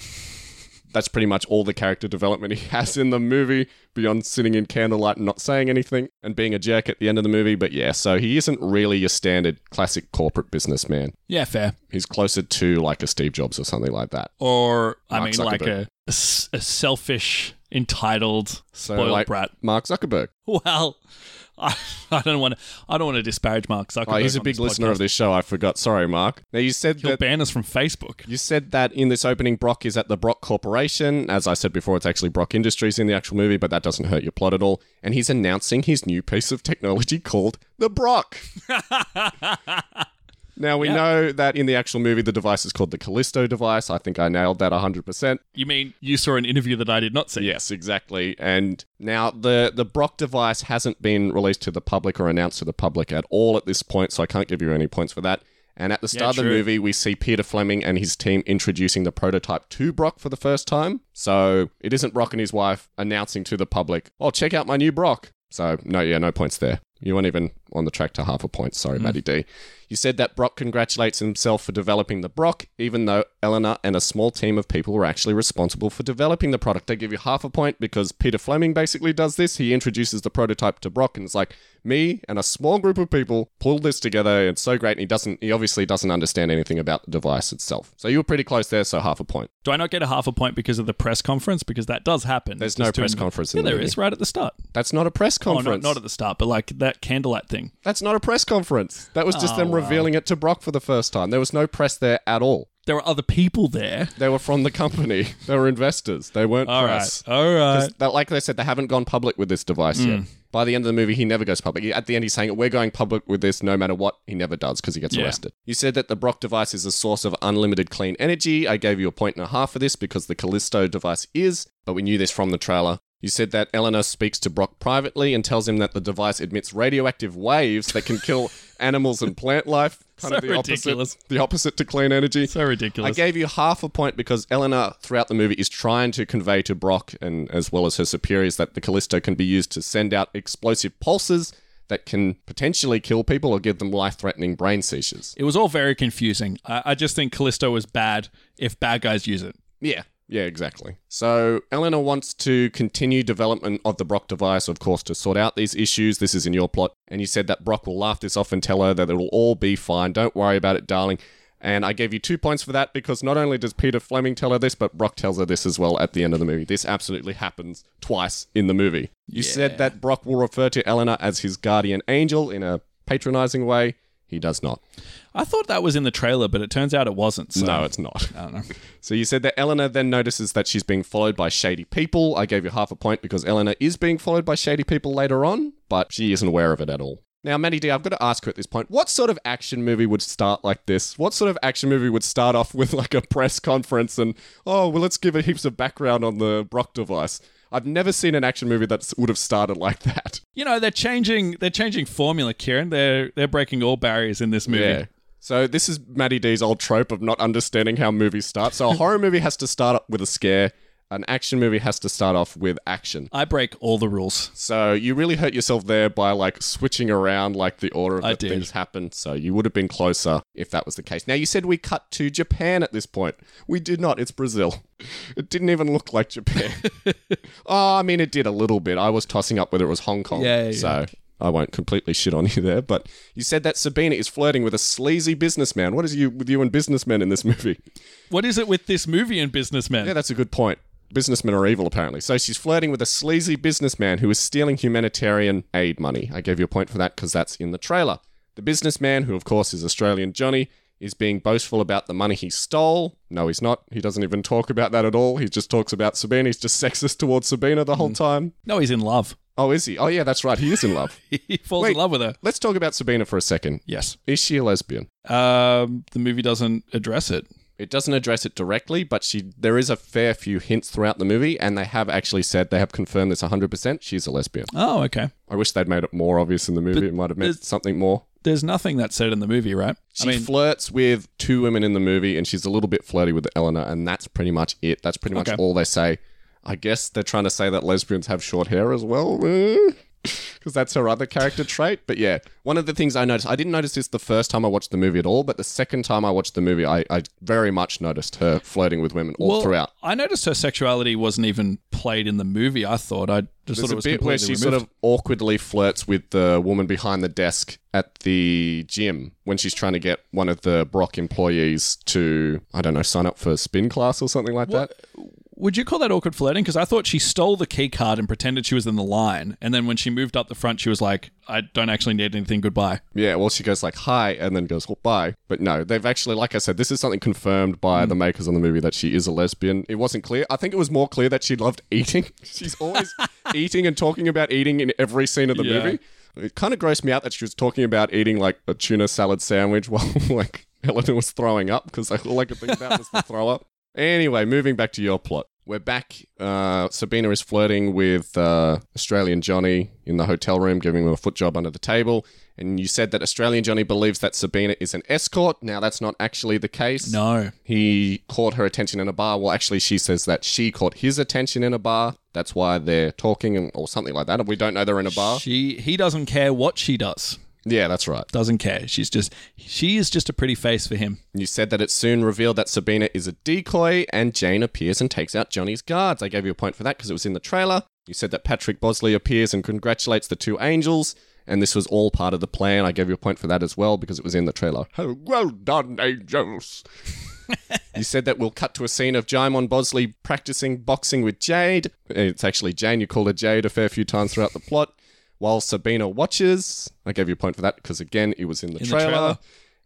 [SPEAKER 1] That's pretty much all the character development he has in the movie, beyond sitting in candlelight and not saying anything and being a jerk at the end of the movie. But yeah, so he isn't really your standard classic corporate businessman.
[SPEAKER 2] Yeah, fair.
[SPEAKER 1] He's closer to like a Steve Jobs or something like that.
[SPEAKER 2] Or, I
[SPEAKER 1] Mark
[SPEAKER 2] mean, like
[SPEAKER 1] Zuckerberg.
[SPEAKER 2] a, a s- a selfish entitled
[SPEAKER 1] So,
[SPEAKER 2] spoiled
[SPEAKER 1] like,
[SPEAKER 2] brat.
[SPEAKER 1] Mark Zuckerberg.
[SPEAKER 2] Well, I, I don't want to. I don't want to disparage Mark Zuckerberg.
[SPEAKER 1] Oh, he's a
[SPEAKER 2] on
[SPEAKER 1] big
[SPEAKER 2] this
[SPEAKER 1] listener
[SPEAKER 2] podcast.
[SPEAKER 1] of this show. I forgot. Sorry, Mark. Now you said
[SPEAKER 2] He'll
[SPEAKER 1] that
[SPEAKER 2] ban us from Facebook.
[SPEAKER 1] you said that in this opening, Brock is at the Brock Corporation. As I said before, it's actually Brock Industries in the actual movie, but that doesn't hurt your plot at all. And he's announcing his new piece of technology called the Brock. now we know that in the actual movie, the device is called the Callisto device. I think I nailed that hundred percent.
[SPEAKER 2] You mean you saw an interview that I did not see?
[SPEAKER 1] Yes, exactly. And now the the Brock device hasn't been released to the public or announced to the public at all at this point, so I can't give you any points for that. And at the start of the
[SPEAKER 2] true.
[SPEAKER 1] movie, we see Peter Fleming and his team introducing the prototype to Brock for the first time. So it isn't Brock and his wife announcing to the public, "Oh, check out my new Brock." So no, yeah, no points there. You weren't even on the track to half a point. Sorry, Matty D. You said that Brock congratulates himself for developing the Brock, even though Eleanor and a small team of people were actually responsible for developing the product. I give you half a point because Peter Fleming basically does this. He introduces the prototype to Brock and it's like, me and a small group of people pulled this together. It's so great. And he doesn't, he obviously doesn't understand anything about the device itself. So you were pretty close there. So half a point.
[SPEAKER 2] Do I not get a half a point because of the press conference? Because that does happen.
[SPEAKER 1] There's
[SPEAKER 2] It's
[SPEAKER 1] no
[SPEAKER 2] just to
[SPEAKER 1] press
[SPEAKER 2] inv-
[SPEAKER 1] conference
[SPEAKER 2] Yeah,
[SPEAKER 1] in the
[SPEAKER 2] there
[SPEAKER 1] movie.
[SPEAKER 2] is right at the start.
[SPEAKER 1] That's not a press
[SPEAKER 2] Oh, no,
[SPEAKER 1] conference.
[SPEAKER 2] not at the start, but like that candlelight thing.
[SPEAKER 1] That's not a press conference. That was just
[SPEAKER 2] Oh,
[SPEAKER 1] them revealing it to Brock for the first time. There was no press there at all.
[SPEAKER 2] There were other people there.
[SPEAKER 1] They were from the company. They were investors. They weren't
[SPEAKER 2] All
[SPEAKER 1] press.
[SPEAKER 2] right, all right. Mm.
[SPEAKER 1] 'Cause that, like they said, they haven't gone public with this device yet. By the end of the movie, he never goes public. He- At the end, he's saying, We're going public with this no matter what. He never does because he gets
[SPEAKER 2] Yeah.
[SPEAKER 1] arrested. You said that the Brock device is a source of unlimited clean energy. I gave you a point and a half for this because the Callisto device is, but we knew this from the trailer. You said that Eleanor speaks to Brock privately and tells him that the device emits radioactive waves that can kill animals and plant life. Kind
[SPEAKER 2] So
[SPEAKER 1] of the
[SPEAKER 2] ridiculous.
[SPEAKER 1] opposite, the opposite to clean energy.
[SPEAKER 2] So ridiculous.
[SPEAKER 1] I gave you half a point because Eleanor, throughout the movie, is trying to convey to Brock and as well as her superiors that the Callisto can be used to send out explosive pulses that can potentially kill people or give them life-threatening brain seizures.
[SPEAKER 2] It was all very confusing. I, I just think Callisto was bad if bad guys use it.
[SPEAKER 1] Yeah. Yeah, exactly. So Eleanor wants to continue development of the Brock device, of course, to sort out these issues. This is in your plot. And you said that Brock will laugh this off and tell her that it'll all be fine. Don't worry about it, darling. And I gave you two points for that because not only does Peter Fleming tell her this, but Brock tells her this as well at the end of the movie. This absolutely happens twice in the movie. You said that Brock will refer to Eleanor as his guardian angel in a patronizing way. He does not.
[SPEAKER 2] I thought that was in the trailer, but it turns out it wasn't. So.
[SPEAKER 1] No, it's not.
[SPEAKER 2] I don't know.
[SPEAKER 1] So you said that Eleanor then notices that she's being followed by shady people. I gave you half a point because Eleanor is being followed by shady people later on, but she isn't aware of it at all. Now, Maddie D, I've got to ask her at this point, what sort of action movie would start like this? What sort of action movie would start off with like a press conference and, oh, well, let's give it heaps of background on the Brock device? I've never seen an action movie that s- would have started like that.
[SPEAKER 2] You know they're changing. They're changing formula, Kieran. They're they're breaking all barriers in this movie.
[SPEAKER 1] So this is Maddie D's old trope of not understanding how movies start. So a horror movie has to start up with a scare. An action movie has to start off with action.
[SPEAKER 2] I break all the rules.
[SPEAKER 1] So you really hurt yourself there by like switching around like the order of
[SPEAKER 2] I
[SPEAKER 1] that
[SPEAKER 2] did.
[SPEAKER 1] things happen. So you would have been closer if that was the case. Now you said we cut to Japan at this point. We did not. It's Brazil. It didn't even look like Japan. oh, I mean it did a little bit. I was tossing up whether it was Hong Kong.
[SPEAKER 2] Yeah, yeah,
[SPEAKER 1] So I won't completely shit on you there, but you said that Sabina is flirting with a sleazy businessman. What is you with you and businessmen in this movie?
[SPEAKER 2] What is it with this movie and businessmen?
[SPEAKER 1] Yeah, that's a good point. Businessmen are evil, apparently. So she's flirting with a sleazy businessman who is stealing humanitarian aid money. I gave you a point for that because that's in the trailer. The businessman, who of course is Australian Johnny, is being boastful about the money he stole. No, he's not. He doesn't even talk about that at all. He just talks about Sabina. He's just sexist towards Sabina the whole time.
[SPEAKER 2] no, he's in love.
[SPEAKER 1] Oh, is he? Oh, yeah, that's right. He is in love.
[SPEAKER 2] He falls
[SPEAKER 1] Wait.
[SPEAKER 2] in love with her.
[SPEAKER 1] Let's talk about Sabina for a second.
[SPEAKER 2] Yes.
[SPEAKER 1] Is she a lesbian?
[SPEAKER 2] Um, the movie doesn't address it.
[SPEAKER 1] It doesn't address it directly, but she there is a fair few hints throughout the movie, and they have actually said they have confirmed this 100%. She's a lesbian.
[SPEAKER 2] Oh, okay.
[SPEAKER 1] I wish they'd made it more obvious in the movie. it might have meant
[SPEAKER 2] there's-
[SPEAKER 1] something more.
[SPEAKER 2] There's nothing that's said in the movie, right?
[SPEAKER 1] She flirts with two women in the movie, and she's a little bit flirty with Eleanor, and that's pretty much it. That's pretty much
[SPEAKER 2] Okay.
[SPEAKER 1] all they say. I guess they're trying to say that lesbians have short hair as well. Because that's her other character trait. But yeah, one of the things I noticed, I didn't notice this the first time I watched the movie at all, but the second time I watched the movie, I, I very much noticed her flirting with women all
[SPEAKER 2] Well,
[SPEAKER 1] throughout.
[SPEAKER 2] I noticed her sexuality wasn't even played in the movie. I thought I just thought
[SPEAKER 1] There's
[SPEAKER 2] it
[SPEAKER 1] a
[SPEAKER 2] was
[SPEAKER 1] bit where she
[SPEAKER 2] completely
[SPEAKER 1] sort
[SPEAKER 2] removed.
[SPEAKER 1] of awkwardly flirts with the woman behind the desk at the gym when she's trying to get one of the Brock employees to, I don't know, sign up for spin class or something like that.
[SPEAKER 2] Would you call that awkward flirting? Because I thought she stole the key card and pretended she was in the line, and then when she moved up the front, she was like, "I don't actually need anything. Goodbye."
[SPEAKER 1] Yeah, well, she goes like hi and then goes well, bye. But no, they've actually, like I said, this is something confirmed by
[SPEAKER 2] Hmm.
[SPEAKER 1] the makers on the movie that she is a lesbian. It wasn't clear. I think it was more clear that she loved eating. She's always eating and talking about eating in every scene of the
[SPEAKER 2] Yeah.
[SPEAKER 1] movie. It kind of grossed me out that she was talking about eating like a tuna salad sandwich while like Helena was throwing up because all I could think about was the throw up. Anyway, moving back to your plot. We're back. Uh, Sabina is flirting with uh, Australian Johnny in the hotel room, giving him a foot job under the table. And you said that Australian Johnny believes that Sabina is an escort. Now, that's not actually the case.
[SPEAKER 2] No.
[SPEAKER 1] He caught her attention in a bar. Well, actually, she says that she caught his attention in a bar. That's why they're talking and- or something like that. We don't know they're in a bar.
[SPEAKER 2] She he doesn't care what she does.
[SPEAKER 1] Yeah, that's right.
[SPEAKER 2] Doesn't care. She's just she is just a pretty face for him.
[SPEAKER 1] You said that it's soon revealed that Sabina is a decoy and Jane appears and takes out Johnny's guards. I gave you a point for that because it was in the trailer. You said that Patrick Bosley appears and congratulates the two angels, and this was all part of the plan. I gave you a point for that as well because it was in the trailer. Oh, well done, angels. you said that we'll cut to a scene of Jaimon Bosley practicing boxing with Jade. It's actually Jane, you call her Jade a fair few times throughout the plot. While Sabina watches, I gave you a point for that because again, it was in the
[SPEAKER 2] In the
[SPEAKER 1] trailer.
[SPEAKER 2] trailer.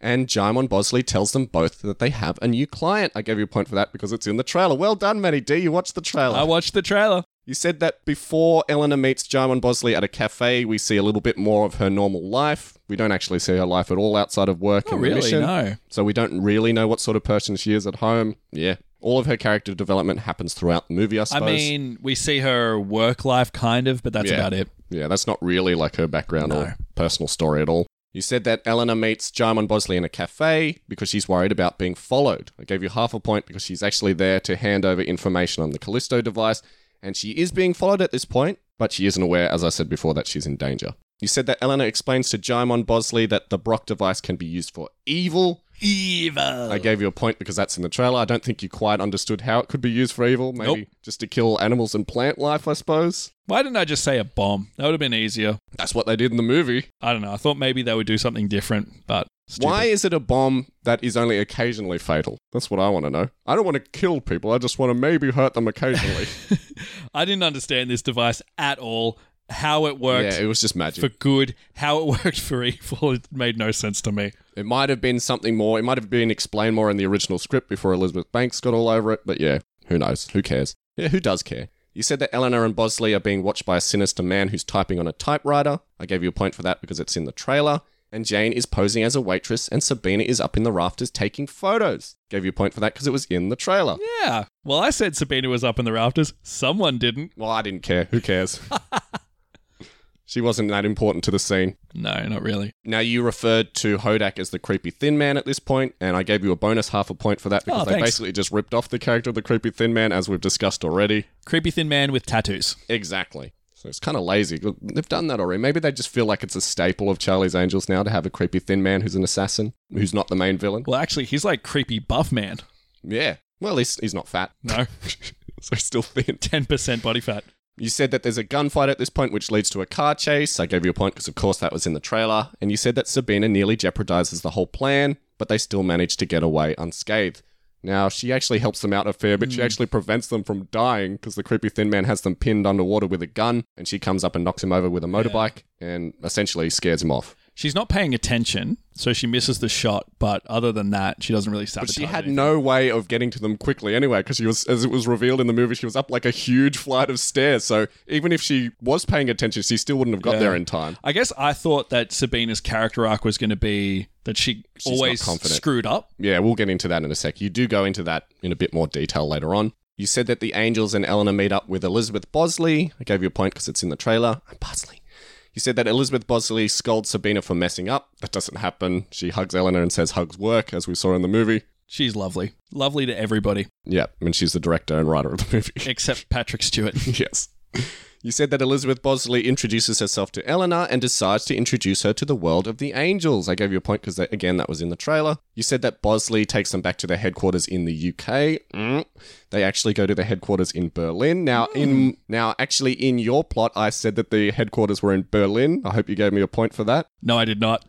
[SPEAKER 1] And Jaimon Bosley tells them both that they have a new client. I gave you a point for that because it's in the trailer. Well done, Matty D. You watched the trailer.
[SPEAKER 2] I watched the trailer.
[SPEAKER 1] You said that before Eleanor meets Jaimon Bosley at a cafe, we see a little bit more of her normal life. We don't actually see her life at all outside of work
[SPEAKER 2] Oh,
[SPEAKER 1] and
[SPEAKER 2] really?
[SPEAKER 1] mission.
[SPEAKER 2] No.
[SPEAKER 1] So we don't really know what sort of person she is at home. Yeah. All of her character development happens throughout the movie, I
[SPEAKER 2] I
[SPEAKER 1] suppose.
[SPEAKER 2] mean, we see her work life kind of, but that's
[SPEAKER 1] Yeah.
[SPEAKER 2] about it.
[SPEAKER 1] Yeah, that's not really like her background
[SPEAKER 2] No.
[SPEAKER 1] or personal story at all. You said that Eleanor meets Jarmon Bosley in a cafe because she's worried about being followed. I gave you half a point because she's actually there to hand over information on the Callisto device, and she is being followed at this point, but she isn't aware, as I said before, that she's in danger. You said that Eleanor explains to Jaimon Bosley that the Brock device can be used for evil.
[SPEAKER 2] Evil.
[SPEAKER 1] I gave you a point because that's in the trailer. I don't think you quite understood how it could be used for evil. Maybe
[SPEAKER 2] Nope.
[SPEAKER 1] just to kill animals and plant life, I suppose.
[SPEAKER 2] Why didn't I just say a bomb? That would have been easier.
[SPEAKER 1] That's what they did in the movie.
[SPEAKER 2] I don't know. I thought maybe they would do something different, but stupid.
[SPEAKER 1] Why is it a bomb that is only occasionally fatal? That's what I want to know. I don't want to kill people. I just want to maybe hurt them occasionally.
[SPEAKER 2] I didn't understand this device at all. How it worked
[SPEAKER 1] yeah, it was just
[SPEAKER 2] for
[SPEAKER 1] magic.
[SPEAKER 2] good, how it worked for evil, it made no sense to me.
[SPEAKER 1] it might have been something more. It might have been explained more in the original script before Elizabeth Banks got all over it. But yeah, who knows? Who cares? Yeah, who does care? You said that Eleanor and Bosley are being watched by a sinister man who's typing on a typewriter. I gave you a point for that because it's in the trailer. And Jane is posing as a waitress, and Sabina is up in the rafters taking photos. Gave you a point for that because it was in the trailer.
[SPEAKER 2] Yeah. Well, I said Sabina was up in the rafters. Someone didn't.
[SPEAKER 1] Well, I didn't care. Who cares? she wasn't that important to the scene.
[SPEAKER 2] No, not really.
[SPEAKER 1] Now, you referred to Hodak as the creepy thin man at this point, and I gave you a bonus half a point for that because
[SPEAKER 2] Oh,
[SPEAKER 1] they
[SPEAKER 2] thanks.
[SPEAKER 1] basically just ripped off the character of the creepy thin man, as we've discussed already.
[SPEAKER 2] Creepy thin man with tattoos.
[SPEAKER 1] Exactly. So it's kind of lazy. Look, They've done that already. Maybe they just feel like it's a staple of Charlie's Angels now to have a creepy thin man who's an assassin, who's not the main villain.
[SPEAKER 2] Well, actually, he's like creepy buff man.
[SPEAKER 1] Yeah. Well, he's, he's not fat,
[SPEAKER 2] No,
[SPEAKER 1] so he's still thin.
[SPEAKER 2] 10% body fat.
[SPEAKER 1] You said that there's a gunfight at this point, which leads to a car chase. I gave you a point because, of course, that was in the trailer. And you said that Sabina nearly jeopardizes the whole plan, but they still manage to get away unscathed. Now, she actually helps them out a fair bit. She actually prevents them from dying because the creepy thin man has them pinned underwater with a gun, and she comes up and knocks him over with a motorbike and essentially scares him off.
[SPEAKER 2] She's not paying attention, so she misses the shot, but other than that, she doesn't really sabotage
[SPEAKER 1] But she had
[SPEAKER 2] anything.
[SPEAKER 1] no way of getting to them quickly anyway, because she was, as it was revealed in the movie, she was up like a huge flight of stairs. So even if she was paying attention, she still wouldn't have got
[SPEAKER 2] Yeah.
[SPEAKER 1] there in time.
[SPEAKER 2] I guess I thought that Sabina's character arc was going to be that she
[SPEAKER 1] not
[SPEAKER 2] always
[SPEAKER 1] confident.
[SPEAKER 2] screwed up.
[SPEAKER 1] Yeah, we'll get into that in a sec. You do go into that in a bit more detail later on. You said that the Angels and Eleanor meet up with Elizabeth Bosley. I gave you a point because it's in the trailer. I'm Bosley. You said that Elizabeth Bosley scolds Sabina for messing up. That doesn't happen. She hugs Eleanor and says hugs work, as we saw in the movie.
[SPEAKER 2] She's lovely. Lovely to everybody,
[SPEAKER 1] Yeah, I mean, she's the director and writer of the movie.
[SPEAKER 2] except Patrick Stewart.
[SPEAKER 1] yes. You said that Elizabeth Bosley introduces herself to Eleanor and decides to introduce her to the world of the angels. I gave you a point because, again, that was in the trailer. You said that Bosley takes them back to their headquarters in the UK. Mm. They actually go to the headquarters in Berlin. Now,
[SPEAKER 2] Hmm.
[SPEAKER 1] in now, actually, in your plot, I said that the headquarters were in Berlin. I hope you gave me a point for that
[SPEAKER 2] No, I did not.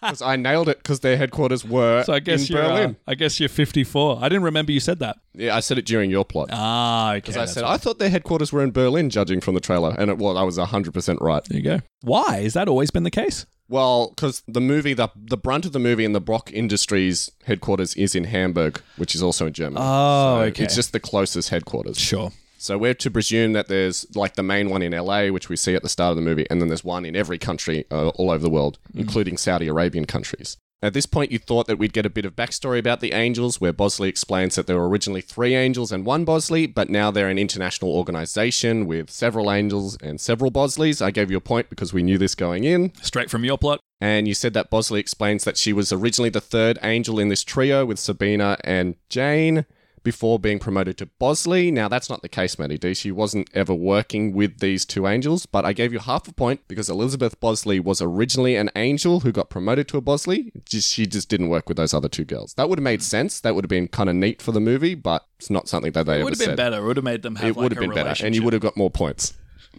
[SPEAKER 1] because I nailed it because their headquarters were
[SPEAKER 2] so I guess
[SPEAKER 1] in
[SPEAKER 2] you're. uh,
[SPEAKER 1] Berlin.
[SPEAKER 2] I guess you're 54. I didn't remember you said that.
[SPEAKER 1] yeah, I said it during your plot.
[SPEAKER 2] Ah, okay.
[SPEAKER 1] I
[SPEAKER 2] that's
[SPEAKER 1] said
[SPEAKER 2] right.
[SPEAKER 1] I thought their headquarters were in Berlin, judging from the trailer, and it was I was hundred percent right.
[SPEAKER 2] There you go. Why has that always been the case?
[SPEAKER 1] Well, because the movie, the the brunt of the movie, and the Brock Industries headquarters is in Hamburg, which is also in Germany.
[SPEAKER 2] Oh,
[SPEAKER 1] So
[SPEAKER 2] okay.
[SPEAKER 1] It's just the closest headquarters.
[SPEAKER 2] Sure.
[SPEAKER 1] So we're to presume that there's like the main one in LA, which we see at the start of the movie, and then there's one in every country uh, all over the world,
[SPEAKER 2] Hmm.
[SPEAKER 1] including Saudi Arabian countries. At this point, you thought that we'd get a bit of backstory about the angels, where Bosley explains that there were originally three angels and one Bosley, but now they're an international organization with several angels and several Bosleys. I gave you a point because we knew this going in.
[SPEAKER 2] Straight from your plot.
[SPEAKER 1] And you said that Bosley explains that she was originally the third angel in this trio with Sabina and Jane before being promoted to Bosley. Now, that's not the case, Maddie D. She wasn't ever working with these two angels, but I gave you half a point because Elizabeth Bosley was originally an angel who got promoted to a Bosley. Just, she just didn't work with those other two girls. That would have made sense. That would have been kind of neat for the movie, but it's not something that they
[SPEAKER 2] It
[SPEAKER 1] ever
[SPEAKER 2] would have been
[SPEAKER 1] said.
[SPEAKER 2] better. It would have made them have.
[SPEAKER 1] It
[SPEAKER 2] like,
[SPEAKER 1] would
[SPEAKER 2] a
[SPEAKER 1] have been better, and you
[SPEAKER 2] relationship.
[SPEAKER 1] would have got more points.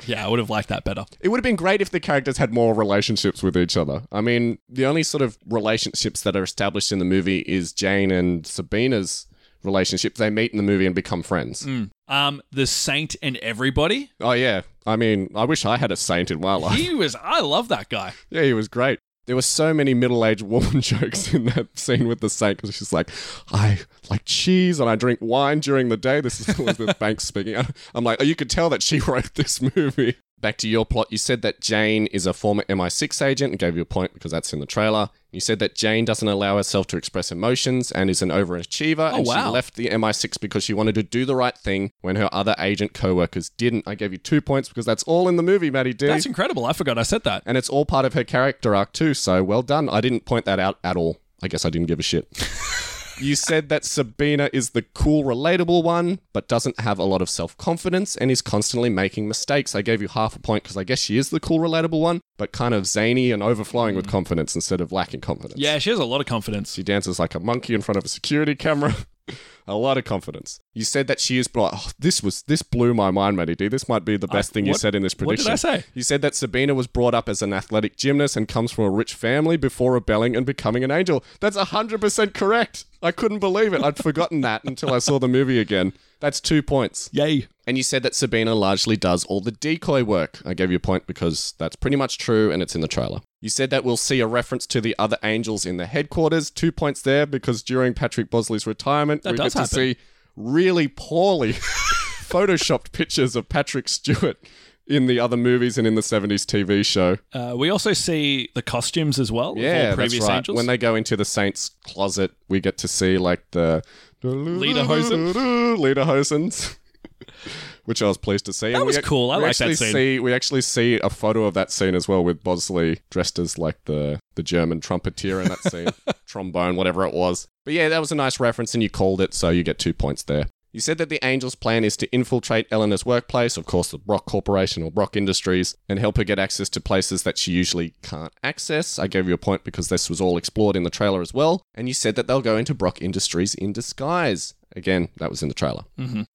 [SPEAKER 2] Yeah, I would have liked that better.
[SPEAKER 1] It would have been great if the characters had more relationships with each other. I mean, the only sort of relationships that are established in the movie is Jane and Sabina's relationship. They meet in the movie and become friends.
[SPEAKER 2] Um, the saint and everybody.
[SPEAKER 1] Oh, yeah. I mean, I wish I had a saint in my life.
[SPEAKER 2] He was. I love that guy.
[SPEAKER 1] yeah, he was great. There were so many middle aged woman jokes in that scene with the saint because she's like, I like cheese and I drink wine during the day. This is Elizabeth Banks speaking. I'm like, oh, you could tell that she wrote this movie. Back to your plot, you said that Jane is a former MI6 agent and gave you a point because that's in the trailer. You said that Jane doesn't allow herself to express emotions and is an overachiever,
[SPEAKER 2] Oh,
[SPEAKER 1] and
[SPEAKER 2] wow.
[SPEAKER 1] she left the MI6 because she wanted to do the right thing when her other agent co workers didn't. I gave you two points because that's all in the movie, Maddie D.
[SPEAKER 2] That's incredible. I forgot I said that.
[SPEAKER 1] And it's all part of her character arc too, so well done. I didn't point that out at all. I guess I didn't give a shit. you said that Sabina is the cool, relatable one, but doesn't have a lot of self confidence and is constantly making mistakes. I gave you half a point because I guess she is the cool, relatable one, but kind of zany and overflowing with confidence instead of lacking confidence.
[SPEAKER 2] Mm. Yeah, she has a lot of confidence.
[SPEAKER 1] She dances like a monkey in front of a security camera. a lot of confidence. You said that she is. Oh, this was this blew my mind, Matty D. This might be the best
[SPEAKER 2] I-
[SPEAKER 1] thing you
[SPEAKER 2] what-
[SPEAKER 1] said in this
[SPEAKER 2] what did
[SPEAKER 1] prediction.
[SPEAKER 2] I say?
[SPEAKER 1] You said that Sabina was brought up as an athletic gymnast and comes from a rich family before rebelling and becoming an angel. That's 100% correct. I couldn't believe it. I'd forgotten that until I saw the movie again. That's two points.
[SPEAKER 2] Yay.
[SPEAKER 1] And you said that Sabina largely does all the decoy work. I gave you a point because that's pretty much true and it's in the trailer. You said that we'll see a reference to the other angels in the headquarters. Two points there because during Patrick Bosley's retirement, we
[SPEAKER 2] does
[SPEAKER 1] get
[SPEAKER 2] happen.
[SPEAKER 1] to see really poorly photoshopped pictures of Patrick Stewart in the other movies and in the 70s TV show.
[SPEAKER 2] Uh, we also see the costumes as well. of
[SPEAKER 1] Yeah,
[SPEAKER 2] all previous
[SPEAKER 1] that's right.
[SPEAKER 2] angels.
[SPEAKER 1] When they go into the Saints closet, we get to see like the
[SPEAKER 2] Lederhosen.
[SPEAKER 1] Lederhosens. Which I was pleased to see. That
[SPEAKER 2] was cool. I
[SPEAKER 1] we
[SPEAKER 2] like that
[SPEAKER 1] actually
[SPEAKER 2] scene.
[SPEAKER 1] See, we actually see a photo of that scene as well with Bosley dressed as like the, the German trumpeter in that scene, trombone, whatever it was. But yeah, that was a nice reference and you called it, so you get two points there. You said that the Angels' plan is to infiltrate Eleanor's workplace, of course, the Brock Corporation or Brock Industries, and help her get access to places that she usually can't access. I gave you a point because this was all explored in the trailer as well. And you said that they'll go into Brock Industries in disguise. Again, that was in the trailer.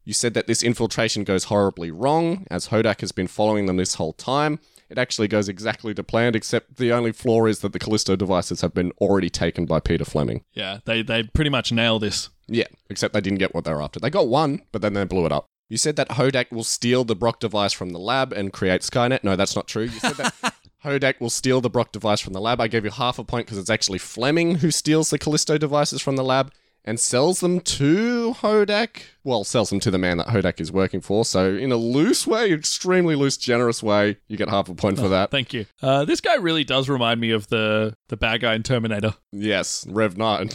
[SPEAKER 1] You said that this infiltration goes horribly wrong, as Hodak has been following them this whole time. It actually goes exactly to plan, except the only flaw is that the Callisto devices have been already taken by Peter Fleming.
[SPEAKER 2] yeah, they they pretty much nail this.
[SPEAKER 1] Yeah, except they didn't get what they were after. They got one, but then they blew it up. You said that Hodak will steal the Brock device from the lab and create Skynet. No, that's not true. You said that Hodak will steal the Brock device from the lab. I gave you half a point because it's actually Fleming who steals the Callisto devices from the lab and sells them to Hodak. Well, sells them to the man that Hodak is working for. So, in a loose way, extremely loose, generous way, you get half a point for that.
[SPEAKER 2] Thank you. Uh, this guy really does remind me of the the bad guy in Terminator.
[SPEAKER 1] Yes, Rev 9.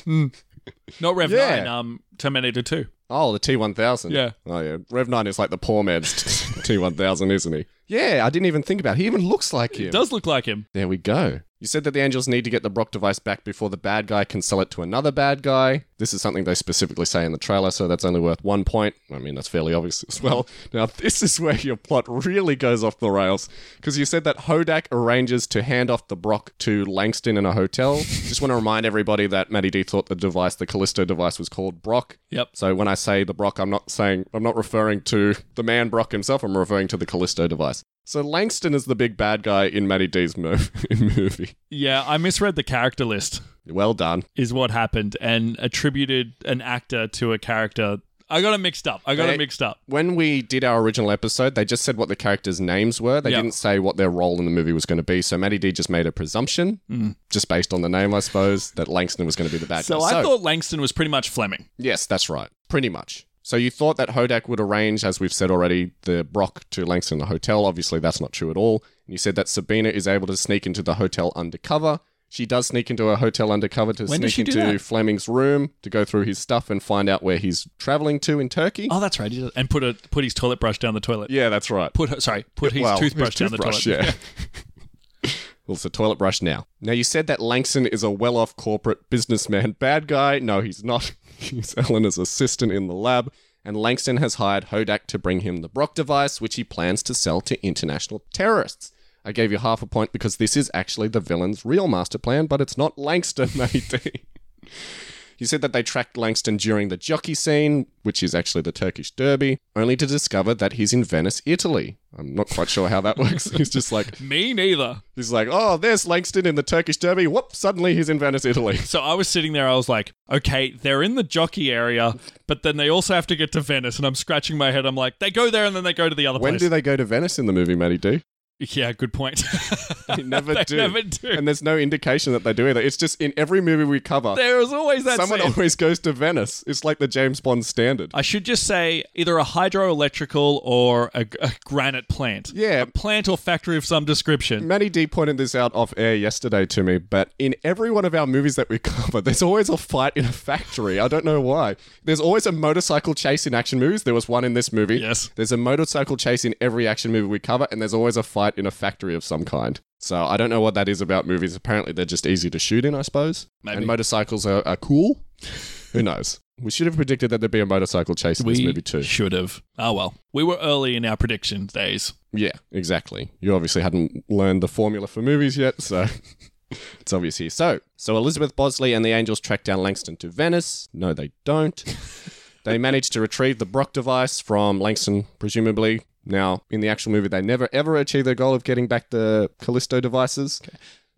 [SPEAKER 2] Not Rev
[SPEAKER 1] Yeah.
[SPEAKER 2] Nine. Um, Terminator Two.
[SPEAKER 1] Oh, the T1000.
[SPEAKER 2] Yeah.
[SPEAKER 1] Oh, yeah. Rev 9 is like the poor man's T1000, isn't he? Yeah, I didn't even think about it. He even looks like him.
[SPEAKER 2] It does look like him.
[SPEAKER 1] There we go. You said that the Angels need to get the Brock device back before the bad guy can sell it to another bad guy. This is something they specifically say in the trailer, so that's only worth one point. I mean, that's fairly obvious as well. Now, this is where your plot really goes off the rails, because you said that Hodak arranges to hand off the Brock to Langston in a hotel. Just want to remind everybody that Matty D thought the device, the Callisto device, was called Brock.
[SPEAKER 2] Yep.
[SPEAKER 1] So when I say the Brock, I'm not saying, I'm not referring to the man Brock himself, I'm referring to the Callisto device. So Langston is the big bad guy in Matty D's mov- movie.
[SPEAKER 2] Yeah, I misread the character list,
[SPEAKER 1] Well done.
[SPEAKER 2] is what happened, and attributed an actor to a character. I got it mixed up. I got
[SPEAKER 1] Hey.
[SPEAKER 2] it mixed up.
[SPEAKER 1] When we did our original episode, they just said what the characters' names were. They
[SPEAKER 2] Yeah.
[SPEAKER 1] didn't say what their role in the movie was going to be. So Matty D just made a presumption, just based on the name, I suppose, that Langston was going to be the bad
[SPEAKER 2] Mm. So
[SPEAKER 1] guy.
[SPEAKER 2] I thought Langston was pretty much Fleming.
[SPEAKER 1] yes, that's right, pretty much. So you thought that Hodak would arrange, as we've said already, the Brock to Langston in the hotel. Obviously, that's not true at all. And you said that Sabina is able to sneak into the hotel undercover. She does sneak into a hotel undercover to
[SPEAKER 2] When does
[SPEAKER 1] sneak
[SPEAKER 2] she do
[SPEAKER 1] into
[SPEAKER 2] that?
[SPEAKER 1] Fleming's room to go through his stuff and find out where he's traveling to in Turkey.
[SPEAKER 2] Oh, that's right. he does- And put a put his toilet brush down the toilet.
[SPEAKER 1] Yeah, that's right.
[SPEAKER 2] Put her, sorry, put his
[SPEAKER 1] Well,
[SPEAKER 2] toothbrush
[SPEAKER 1] his
[SPEAKER 2] down the
[SPEAKER 1] toothbrush,
[SPEAKER 2] toilet.
[SPEAKER 1] Yeah. well, it's a toilet brush now. Now, you said that Langston is a well off corporate businessman bad guy. No, he's not. He's Eleanor's assistant in the lab. And Langston has hired Hodak to bring him the Brock device, which he plans to sell to international terrorists. I gave you half a point because this is actually the villain's real master plan, but it's not Langston, matey. You said that they tracked Langston during the jockey scene, which is actually the Turkish derby, only to discover that he's in Venice, Italy. I'm not quite sure how that works. he's just like,
[SPEAKER 2] Me neither.
[SPEAKER 1] he's like, oh, there's Langston in the Turkish derby. Whoop, suddenly he's in Venice, Italy.
[SPEAKER 2] So I was sitting there, I was like, okay, they're in the jockey area, but then they also have to get to Venice. And I'm scratching my head. I'm like, they go there and then they go to the other
[SPEAKER 1] When
[SPEAKER 2] place.
[SPEAKER 1] do they go to Venice in the movie, Matty D?
[SPEAKER 2] yeah, good point.
[SPEAKER 1] They never
[SPEAKER 2] They
[SPEAKER 1] do.
[SPEAKER 2] never do.
[SPEAKER 1] And there's no indication that they do either. It's just in every movie we cover,
[SPEAKER 2] there is always that
[SPEAKER 1] someone
[SPEAKER 2] scene.
[SPEAKER 1] always goes to Venice. It's like the James Bond standard.
[SPEAKER 2] I should just say either a hydroelectrical or a, a granite plant.
[SPEAKER 1] yeah,
[SPEAKER 2] Plant or factory of some description.
[SPEAKER 1] Matty D pointed this out off air yesterday to me, but in every one of our movies that we cover, there's always a fight in a factory. I don't know why. There's always a motorcycle chase in action movies. There was one in this movie.
[SPEAKER 2] Yes.
[SPEAKER 1] There's a motorcycle chase in every action movie we cover, and there's always a fight in a factory of some kind. So I don't know what that is about movies. Apparently, they're just easy to shoot in, I suppose.
[SPEAKER 2] Maybe.
[SPEAKER 1] And motorcycles are, are cool. Who knows? We should have predicted that there'd be a motorcycle chase in this movie, too.
[SPEAKER 2] should have. Oh, well. We were early in our prediction days.
[SPEAKER 1] Yeah, exactly. You obviously hadn't learned the formula for movies yet, so it's obvious here. So, so Elizabeth Bosley and the Angels track down Langston to Venice. No, they don't. they manage to retrieve the Brock device from Langston, presumably. Now, in the actual movie, they never ever achieve their goal of getting back the Callisto devices.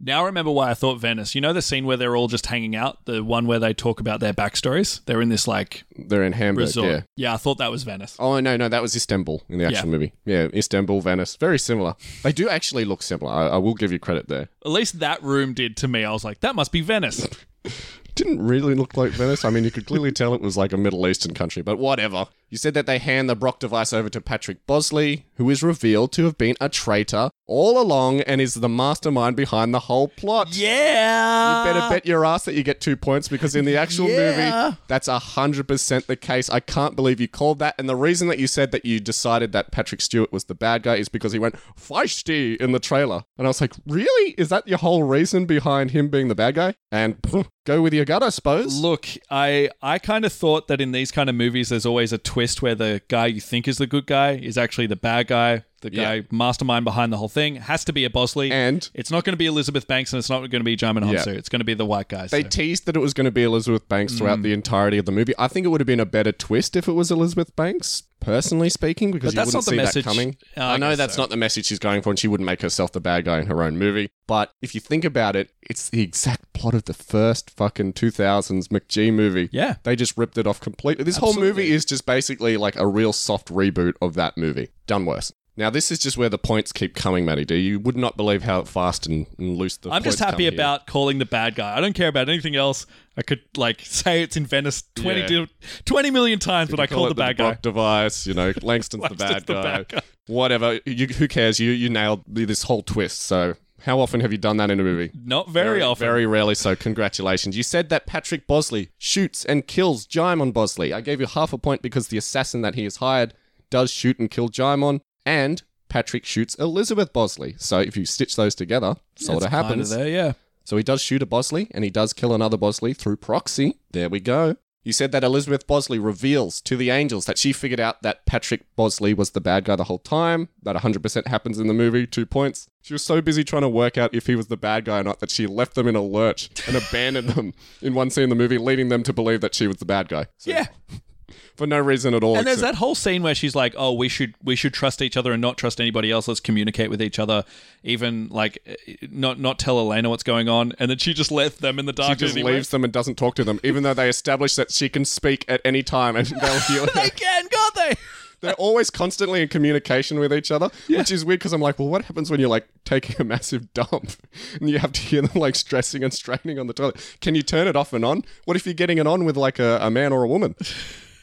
[SPEAKER 2] Now I remember why I thought Venice. You know the scene where they're all just hanging out? The one where they talk about their backstories? They're in this like
[SPEAKER 1] They're in Hamburg.
[SPEAKER 2] resort.
[SPEAKER 1] Yeah.
[SPEAKER 2] I thought that was Venice.
[SPEAKER 1] Oh no, no, that was Istanbul in the actual movie. Yeah, Istanbul, Venice, very similar. They do actually look similar. I, I will give you credit there.
[SPEAKER 2] At least that room did to me. I was like, that must be Venice.
[SPEAKER 1] didn't really look like Venice. I mean, you could clearly tell it was like a Middle Eastern country, but whatever. You said that they hand the Brock device over to Patrick Bosley, who is revealed to have been a traitor all along and is the mastermind behind the whole plot.
[SPEAKER 2] yeah.
[SPEAKER 1] You better bet your ass that you get two points because in the actual
[SPEAKER 2] Uh, Yeah.
[SPEAKER 1] movie, that's 100% the case. I can't believe you called that. And the reason that you said that you decided that Patrick Stewart was the bad guy is because he went feisty in the trailer. And I was like, really? Is that your whole reason behind him being the bad guy? And go with your gut, I suppose.
[SPEAKER 2] Look, I I kind of thought that in these kind of movies, there's always a twist where the guy you think is the good guy is actually the bad guy, the guy
[SPEAKER 1] Yeah.
[SPEAKER 2] mastermind behind the whole thing. Has to be a Bosley.
[SPEAKER 1] And
[SPEAKER 2] it's not going to be Elizabeth Banks, and it's not going to be Jarman
[SPEAKER 1] Yeah.
[SPEAKER 2] Hansu. It's going to be the white guy.
[SPEAKER 1] they
[SPEAKER 2] so.
[SPEAKER 1] teased that it was going to be Elizabeth Banks
[SPEAKER 2] Hmm.
[SPEAKER 1] throughout the entirety of the movie. I think it would have been a better twist if it was Elizabeth Banks, personally speaking, because
[SPEAKER 2] But
[SPEAKER 1] you
[SPEAKER 2] that's
[SPEAKER 1] wouldn't
[SPEAKER 2] not the
[SPEAKER 1] see
[SPEAKER 2] message-
[SPEAKER 1] that coming.
[SPEAKER 2] Oh, I
[SPEAKER 1] I know
[SPEAKER 2] guess
[SPEAKER 1] that's
[SPEAKER 2] so.
[SPEAKER 1] not the message she's going for, and she wouldn't make herself the bad guy in her own movie. But if you think about it, it's the exact plot of the first fucking 2000s McG movie.
[SPEAKER 2] Yeah.
[SPEAKER 1] They just ripped it off completely. This whole
[SPEAKER 2] Absolutely.
[SPEAKER 1] movie is just basically like a real soft reboot of that movie. Done worse. Now, this is just where the points keep coming, Matty D. You would not believe how fast and, and loose the
[SPEAKER 2] I'm
[SPEAKER 1] points
[SPEAKER 2] just happy
[SPEAKER 1] come here.
[SPEAKER 2] about calling the bad guy. I don't care about anything else. I could like say it's in Venice 20,
[SPEAKER 1] Yeah.
[SPEAKER 2] di- 20 million times, but I
[SPEAKER 1] call
[SPEAKER 2] called the
[SPEAKER 1] it
[SPEAKER 2] bad
[SPEAKER 1] Brock
[SPEAKER 2] guy.
[SPEAKER 1] device. You know, Langston's, the,
[SPEAKER 2] Langston's
[SPEAKER 1] bad
[SPEAKER 2] the
[SPEAKER 1] guy.
[SPEAKER 2] bad guy.
[SPEAKER 1] Whatever. You, who cares? You you nailed the- this whole twist. So how often have you done that in a movie?
[SPEAKER 2] Not very, often.
[SPEAKER 1] Very rarely. So congratulations. You said that Patrick Bosley shoots and kills Jaimon Bosley. I gave you half a point because the assassin that he has hired does shoot and kill Jaimon. and Patrick shoots Elizabeth Bosley. So if you stitch those together, sort of
[SPEAKER 2] It's kinda
[SPEAKER 1] happens.
[SPEAKER 2] there, yeah.
[SPEAKER 1] So he does shoot a Bosley and he does kill another Bosley through proxy. There we go. You said that Elizabeth Bosley reveals to the angels that she figured out that Patrick Bosley was the bad guy the whole time. That 100% happens in the movie. Two points. She was so busy trying to work out if he was the bad guy or not that she left them in a lurch and abandoned them in one scene in the movie, leading them to believe that she was the bad guy. So,
[SPEAKER 2] Yeah.
[SPEAKER 1] For no reason at all.
[SPEAKER 2] And there's
[SPEAKER 1] except-
[SPEAKER 2] that whole scene where she's like, "Oh, we should we should trust each other and not trust anybody else. Let's communicate with each other, even like eh, not not tell Elena what's going on." And then she just left them in the dark.
[SPEAKER 1] she just
[SPEAKER 2] anyway.
[SPEAKER 1] leaves them and doesn't talk to them, even though they establish that she can speak at any time and they'll heal her.
[SPEAKER 2] They can, can't they?
[SPEAKER 1] They're always constantly in communication with each other, which is weird because I'm like, well, what happens when you're like taking a massive dump and you have to hear them like stressing and straining on the toilet? Can you turn it off and on? What if you're getting it on with like a, a man or a woman?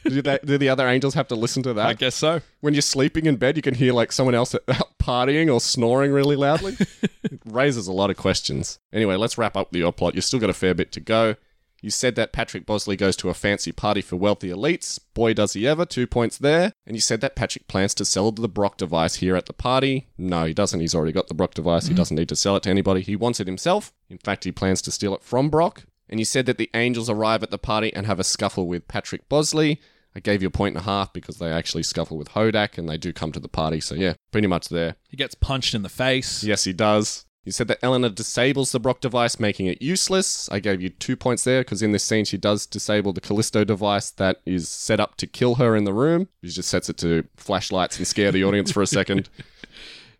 [SPEAKER 1] do, that, do the other angels have to listen to that?
[SPEAKER 2] I guess so.
[SPEAKER 1] When you're sleeping in bed, you can hear like someone else out partying or snoring really loudly. it raises a lot of questions. Anyway, let's wrap up your plot. You've still got a fair bit to go. You said that Patrick Bosley goes to a fancy party for wealthy elites. Boy, does he ever. Two points there. And you said that Patrick plans to sell the Brock device here at the party. No, he doesn't. He's already got the Brock device. He doesn't need to sell it to anybody. He wants it himself. In fact, he plans to steal it from Brock. And you said that the angels arrive at the party and have a scuffle with Patrick Bosley. I gave you a point and a half because they actually scuffle with Hodak and they do come to the party. So, yeah, pretty much there.
[SPEAKER 2] He gets punched in the face.
[SPEAKER 1] Yes, he does. You said that Eleanor disables the Brock device, making it useless. I gave you two points there because in this scene, she does disable the Callisto device that is set up to kill her in the room. She just sets it to flashlights and scare the audience for a second.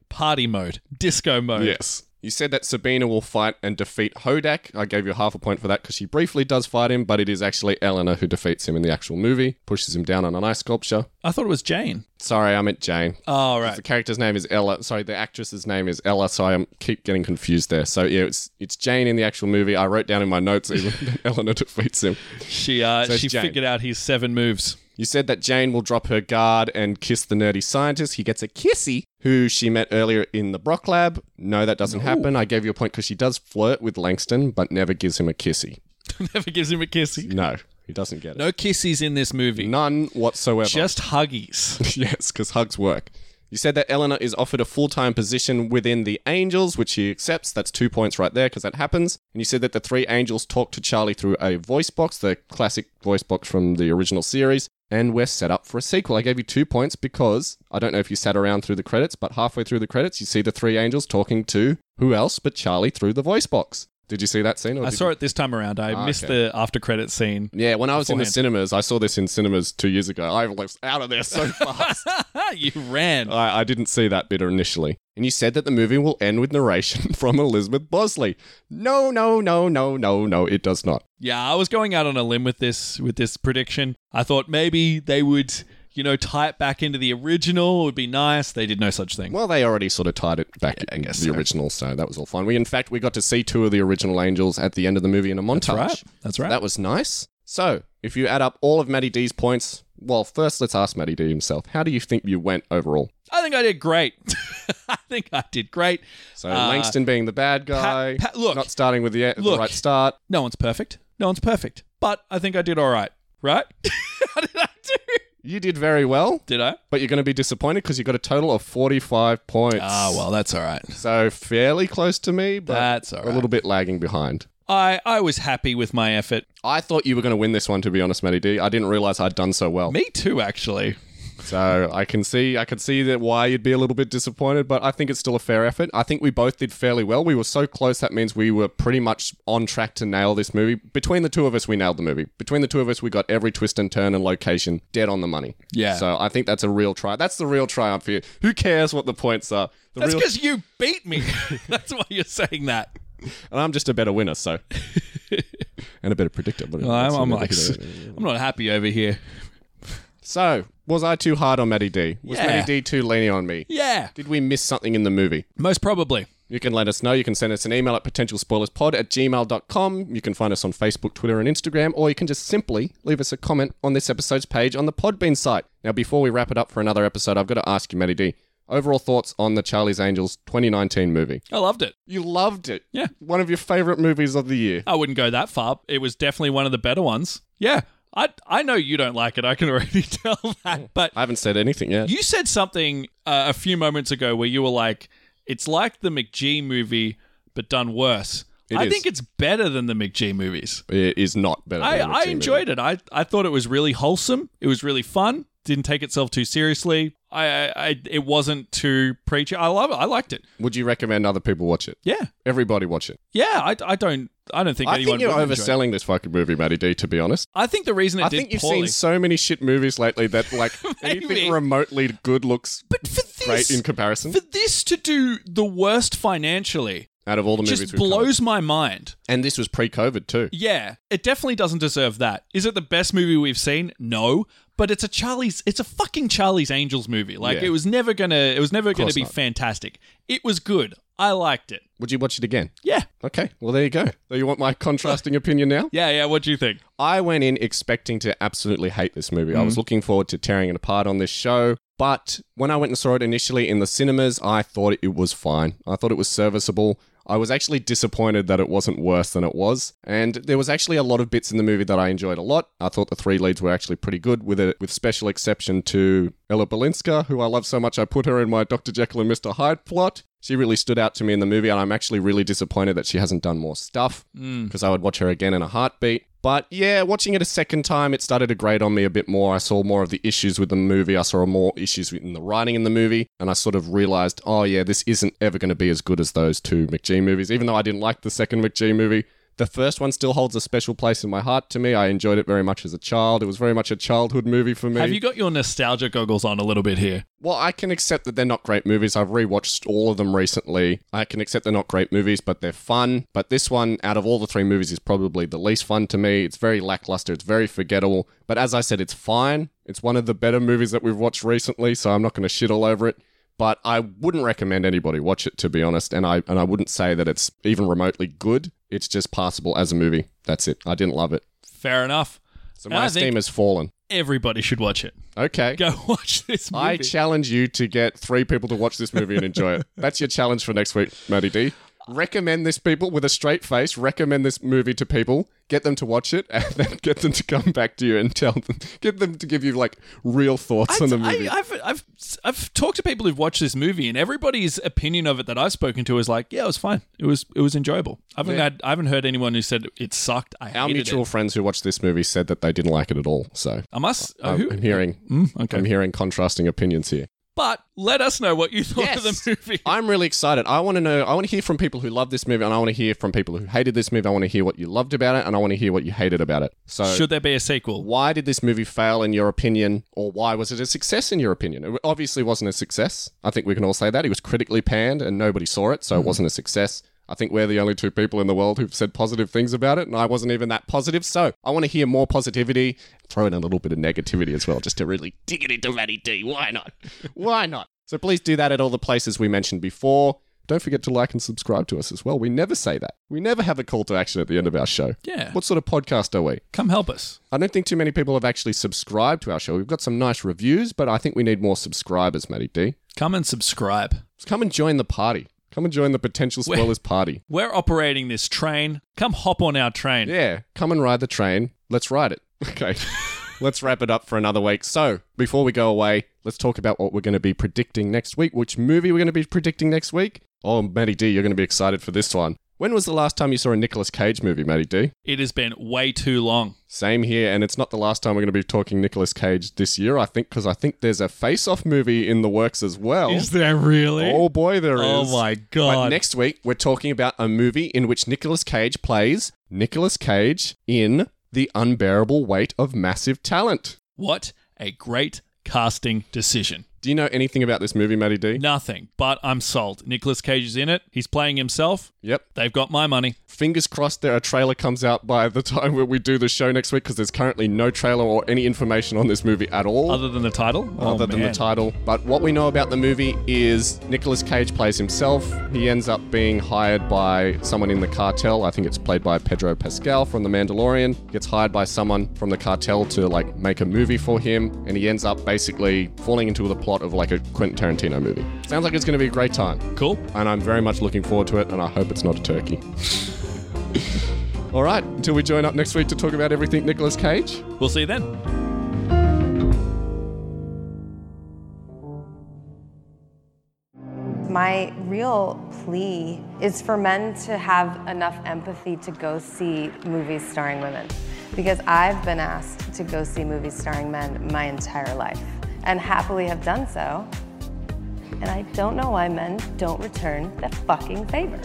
[SPEAKER 2] Party mode, disco mode.
[SPEAKER 1] Yes. You said that Sabina will fight and defeat Hodak. I gave you half a point for that because she briefly does fight him, but it is actually Eleanor who defeats him in the actual movie, pushes him down on an ice sculpture.
[SPEAKER 2] I thought it was Jane.
[SPEAKER 1] Sorry, I meant Jane.
[SPEAKER 2] Oh right.
[SPEAKER 1] Uh, The character's name is Ella. Sorry, the actress's name is Ella. So I am keep getting confused there. So yeah, it's it's Jane in the actual movie. I wrote down in my notes even that Eleanor defeats him.
[SPEAKER 2] She uh,
[SPEAKER 1] it's
[SPEAKER 2] she
[SPEAKER 1] Jane.
[SPEAKER 2] figured out his seven moves.
[SPEAKER 1] You said that Jane will drop her guard and kiss the nerdy scientist. He gets a kissy, who she met earlier in the Brock lab. No, that doesn't happen. I gave you a point because she does flirt with Langston, but never gives him a kissy.
[SPEAKER 2] Never gives him a kissy.
[SPEAKER 1] No, he doesn't get it.
[SPEAKER 2] No kisses in this movie.
[SPEAKER 1] None whatsoever.
[SPEAKER 2] Just huggies.
[SPEAKER 1] yes, because hugs work. You said that Eleanor is offered a full time position within the Angels, which she accepts. That's two points right there because that happens. And you said that the three Angels talk to Charlie through a voice box, the classic voice box from the original series. And we're set up for a sequel. I gave you two points because I don't know if you sat around through the credits, but halfway through the credits, you see the three angels talking to who else but Charlie through the voice box. Did you see that scene? Or
[SPEAKER 2] I
[SPEAKER 1] did
[SPEAKER 2] saw it this time around. I
[SPEAKER 1] Ah,
[SPEAKER 2] missed
[SPEAKER 1] okay.
[SPEAKER 2] the after credit scene.
[SPEAKER 1] you- Yeah, when I was in the
[SPEAKER 2] beforehand.
[SPEAKER 1] cinemas, I saw this in cinemas two years ago. I was out of there so fast.
[SPEAKER 2] you ran.
[SPEAKER 1] I, I didn't see that bit initially. And you said that the movie will end with narration from Elizabeth Bosley. No, no, no, no, no, no, it does not.
[SPEAKER 2] Yeah, I was going out on a limb with this with this prediction. I thought maybe they would, you know, tie it back into the original. It would be nice. They did no such thing.
[SPEAKER 1] Well, they already sort of tied it back in the original, so that was all fine. We, in fact, we got to see two of the original angels at the end of the movie in a montage.
[SPEAKER 2] That's right. That's right.
[SPEAKER 1] That was nice. So, if you add up all of Matty D's points, well, first let's ask Matty D himself. How do you think you went overall?
[SPEAKER 2] I think I did great. I think I did great.
[SPEAKER 1] So,
[SPEAKER 2] Uh,
[SPEAKER 1] Langston being the bad guy,
[SPEAKER 2] Pat- look.
[SPEAKER 1] not starting with the, the
[SPEAKER 2] Look.
[SPEAKER 1] right start.
[SPEAKER 2] No one's perfect. No one's perfect. But I think I did all right. Right? How did I do?
[SPEAKER 1] You did very well.
[SPEAKER 2] Did I?
[SPEAKER 1] but you're going to be disappointed because you got a total of 45 points.
[SPEAKER 2] Ah, well, that's all right.
[SPEAKER 1] So fairly close to me, but
[SPEAKER 2] That's all
[SPEAKER 1] a
[SPEAKER 2] right.
[SPEAKER 1] little bit lagging behind.
[SPEAKER 2] I I was happy with my effort.
[SPEAKER 1] I thought you were going to win this one, to be honest, Matty D. I didn't realize I'd done so well.
[SPEAKER 2] Me too, actually.
[SPEAKER 1] So I can see, I can see that why you'd be a little bit disappointed, but I think it's still a fair effort. I think we both did fairly well. We were so close. That means we were pretty much on track to nail this movie. Between the two of us, we nailed the movie. Between the two of us, we got every twist and turn and location dead on the money.
[SPEAKER 2] Yeah.
[SPEAKER 1] So I think that's a real try. That's the real triumph here. Who cares what the points are? The
[SPEAKER 2] That's
[SPEAKER 1] real
[SPEAKER 2] because you beat me. that's why you're saying that.
[SPEAKER 1] and I'm just a better winner, so and a better predictor. But
[SPEAKER 2] I'm, I'm like, s- I'm not happy over here.
[SPEAKER 1] so was I too hard on Matty D? Was
[SPEAKER 2] Yeah.
[SPEAKER 1] Matty D too lenient on me?
[SPEAKER 2] Yeah,
[SPEAKER 1] Did we miss something in the movie?
[SPEAKER 2] most probably.
[SPEAKER 1] You can let us know. You can send us an email at potentialspoilerspod at gmail.com. You can find us on Facebook, Twitter, and Instagram, or you can just simply leave us a comment on this episode's page on the Podbean site. Now, before we wrap it up for another episode, I've got to ask you, Matty D, overall thoughts on the Charlie's Angels 2019 movie.
[SPEAKER 2] I loved it.
[SPEAKER 1] You loved it.
[SPEAKER 2] Yeah.
[SPEAKER 1] One of your favorite movies of the year.
[SPEAKER 2] I wouldn't go that far. It was definitely one of the better ones. Yeah, I I know you don't like it. I can already tell that. But
[SPEAKER 1] I haven't said anything yet.
[SPEAKER 2] you said something uh, a few moments ago where you were like, "It's like the McG movie, but done worse."
[SPEAKER 1] It
[SPEAKER 2] I
[SPEAKER 1] is.
[SPEAKER 2] think it's better than the McG movies.
[SPEAKER 1] It is not better.
[SPEAKER 2] I,
[SPEAKER 1] than
[SPEAKER 2] I enjoyed it. I, I thought it was really wholesome. It was really fun. Didn't take itself too seriously. I, I, I it wasn't too preachy. I love it. I liked it.
[SPEAKER 1] Would you recommend other people watch it?
[SPEAKER 2] Yeah,
[SPEAKER 1] Everybody watch it.
[SPEAKER 2] yeah. I, I don't I don't think
[SPEAKER 1] I
[SPEAKER 2] anyone.
[SPEAKER 1] think you're
[SPEAKER 2] would enjoy it.
[SPEAKER 1] overselling this fucking movie, Matty D. To be honest,
[SPEAKER 2] I think the reason it
[SPEAKER 1] I
[SPEAKER 2] did
[SPEAKER 1] think you've
[SPEAKER 2] poorly.
[SPEAKER 1] seen so many shit movies lately that like anything remotely good looks
[SPEAKER 2] but for this,
[SPEAKER 1] great in comparison.
[SPEAKER 2] for this to do the worst financially
[SPEAKER 1] out of all the movies,
[SPEAKER 2] just
[SPEAKER 1] we've covered.
[SPEAKER 2] blows my mind.
[SPEAKER 1] And this was pre-COVID too.
[SPEAKER 2] Yeah, it definitely doesn't deserve that. Is it the best movie we've seen? No, but it's a Charlie's. It's a fucking Charlie's Angels movie. Like
[SPEAKER 1] Yeah.
[SPEAKER 2] it was never gonna. It was never gonna
[SPEAKER 1] course
[SPEAKER 2] be
[SPEAKER 1] not.
[SPEAKER 2] fantastic. It was good. I liked it.
[SPEAKER 1] Would you watch it again?
[SPEAKER 2] Yeah,
[SPEAKER 1] Okay, well there you go. So you want my contrasting opinion now?
[SPEAKER 2] yeah, yeah. What do you think?
[SPEAKER 1] I went in expecting to absolutely hate this movie. I was looking forward to tearing it apart on this show. But when I went and saw it initially in the cinemas, I thought it was fine. I thought it was serviceable. I was actually disappointed that it wasn't worse than it was. And there was actually a lot of bits in the movie that I enjoyed a lot. I thought the three leads were actually pretty good, with a with special exception to Ella Balinska, who I love so much I put her in my Dr. Jekyll and Mr. Hyde plot. She really stood out to me in the movie, and I'm actually really disappointed that she hasn't done more stuff because I would watch her again in a heartbeat. But yeah, watching it a second time, it started to grate on me a bit more. I saw more of the issues with the movie. I saw more issues in the writing in the movie, and I sort of realized, oh yeah, this isn't ever going to be as good as those two McGee movies. Even though I didn't like the second McGee movie, the first one still holds a special place in my heart to me. I enjoyed it very much as a child. It was very much a childhood movie for me.
[SPEAKER 2] Have you got your nostalgia goggles on a little bit here?
[SPEAKER 1] Well, I can accept that they're not great movies. I've rewatched all of them recently. I can accept they're not great movies, but they're fun. But this one, out of all the three movies, is probably the least fun to me. It's very lackluster. It's very forgettable. But as I said, it's fine. It's one of the better movies that we've watched recently, so I'm not going to shit all over it. But I wouldn't recommend anybody watch it, to be honest. And I and I wouldn't say that it's even remotely good. It's just passable as a movie. That's it. I didn't love it.
[SPEAKER 2] Fair enough.
[SPEAKER 1] So
[SPEAKER 2] And
[SPEAKER 1] my
[SPEAKER 2] I think-
[SPEAKER 1] esteem has fallen.
[SPEAKER 2] Everybody should watch it.
[SPEAKER 1] Okay.
[SPEAKER 2] Go watch this movie.
[SPEAKER 1] I challenge you to get three people to watch this movie and enjoy it. That's your challenge for next week, Matty D. Recommend this people with a straight face. Recommend this movie to people. Get them to watch it, and then get them to come back to you and tell them. Get them to give you like real thoughts on the movie.
[SPEAKER 2] I, have I've, I've talked to people who've watched this movie, and everybody's opinion of it that I've spoken to is like, yeah, it was fine. It was it was enjoyable. I haven't had I haven't heard anyone who said it sucked. I
[SPEAKER 1] Our
[SPEAKER 2] hated
[SPEAKER 1] mutual
[SPEAKER 2] it.
[SPEAKER 1] friends who watched this movie said that they didn't like it at all. So
[SPEAKER 2] I must. Uh,
[SPEAKER 1] I'm,
[SPEAKER 2] who?
[SPEAKER 1] I'm hearing,
[SPEAKER 2] Mm, okay.
[SPEAKER 1] I'm hearing contrasting opinions here.
[SPEAKER 2] But let us know what you thought of
[SPEAKER 1] Yes.
[SPEAKER 2] the movie.
[SPEAKER 1] I'm really excited. I want to know. I want to hear from people who love this movie, and I want to hear from people who hated this movie. I want to hear what you loved about it, and I want to hear what you hated about it. So
[SPEAKER 2] Should there be a sequel?
[SPEAKER 1] why did this movie fail in your opinion or why was it a success in your opinion it obviously wasn't a success i think we can all say that it was critically panned and nobody saw it so it wasn't a success i think we're the only two people in the world who've said positive things about it and i wasn't even that positive so i want to hear more positivity throw in a little bit of negativity as well just to really dig it into matty d why not why not so please do that at all the places we mentioned before don't forget to like and subscribe to us as well. We never say that. We never have a call to action at the end of our show.
[SPEAKER 2] Yeah.
[SPEAKER 1] What sort of podcast are we?
[SPEAKER 2] Come help us.
[SPEAKER 1] I don't think too many people have actually subscribed to our show. We've got some nice reviews, but I think we need more subscribers, Matty D.
[SPEAKER 2] Come and subscribe.
[SPEAKER 1] So come and join the party. Come and join the potential
[SPEAKER 2] Where-
[SPEAKER 1] spoilers party.
[SPEAKER 2] We're operating this train. Come hop on our train.
[SPEAKER 1] Yeah, come and ride the train. Let's ride it. Okay. let's wrap it up for another week. So, before we go away, let's talk about what we're going to be predicting next week, which movie we're going to be predicting next week. Oh, Matty D, you're going to be excited for this one. When was the last time you saw a Nicolas Cage movie, Matty D?
[SPEAKER 2] It has been way too long.
[SPEAKER 1] Same here, and it's not the last time we're going to be talking Nicolas Cage this year, I think, because I think there's a Face Off movie in the works as well.
[SPEAKER 2] there really?
[SPEAKER 1] oh boy, there is!
[SPEAKER 2] Oh my
[SPEAKER 1] But
[SPEAKER 2] god.
[SPEAKER 1] next week we're talking about a movie in which Nicolas Cage plays Nicolas Cage in The Unbearable Weight of Massive Talent.
[SPEAKER 2] what a great casting decision.
[SPEAKER 1] Do you know anything about this movie, Matty D?
[SPEAKER 2] Nothing, but I'm sold. Nicolas Cage is in it. He's playing himself.
[SPEAKER 1] Yep.
[SPEAKER 2] They've got my money.
[SPEAKER 1] Fingers crossed that a trailer comes out by the time where we do the show next week because there's currently no trailer or any information on this movie at all.
[SPEAKER 2] Other than the title?
[SPEAKER 1] other
[SPEAKER 2] Oh,
[SPEAKER 1] than
[SPEAKER 2] man.
[SPEAKER 1] the title. But what we know about the movie is Nicolas Cage plays himself. He ends up being hired by someone in the cartel. I think it's played by Pedro Pascal from The Mandalorian. Gets hired by someone from the cartel to like make a movie for him, and he ends up basically falling into the plot of like a Quentin Tarantino movie. Sounds like it's going to be a great time,
[SPEAKER 2] Cool.
[SPEAKER 1] and I'm very much looking forward to it. And I hope it's not a turkey. All right, until we join up next week to talk about everything Nicolas Cage.
[SPEAKER 2] We'll see you then.
[SPEAKER 3] My real plea is for men to have enough empathy to go see movies starring women. Because I've been asked to go see movies starring men my entire life and happily have done so. And I don't know why men don't return the fucking favor.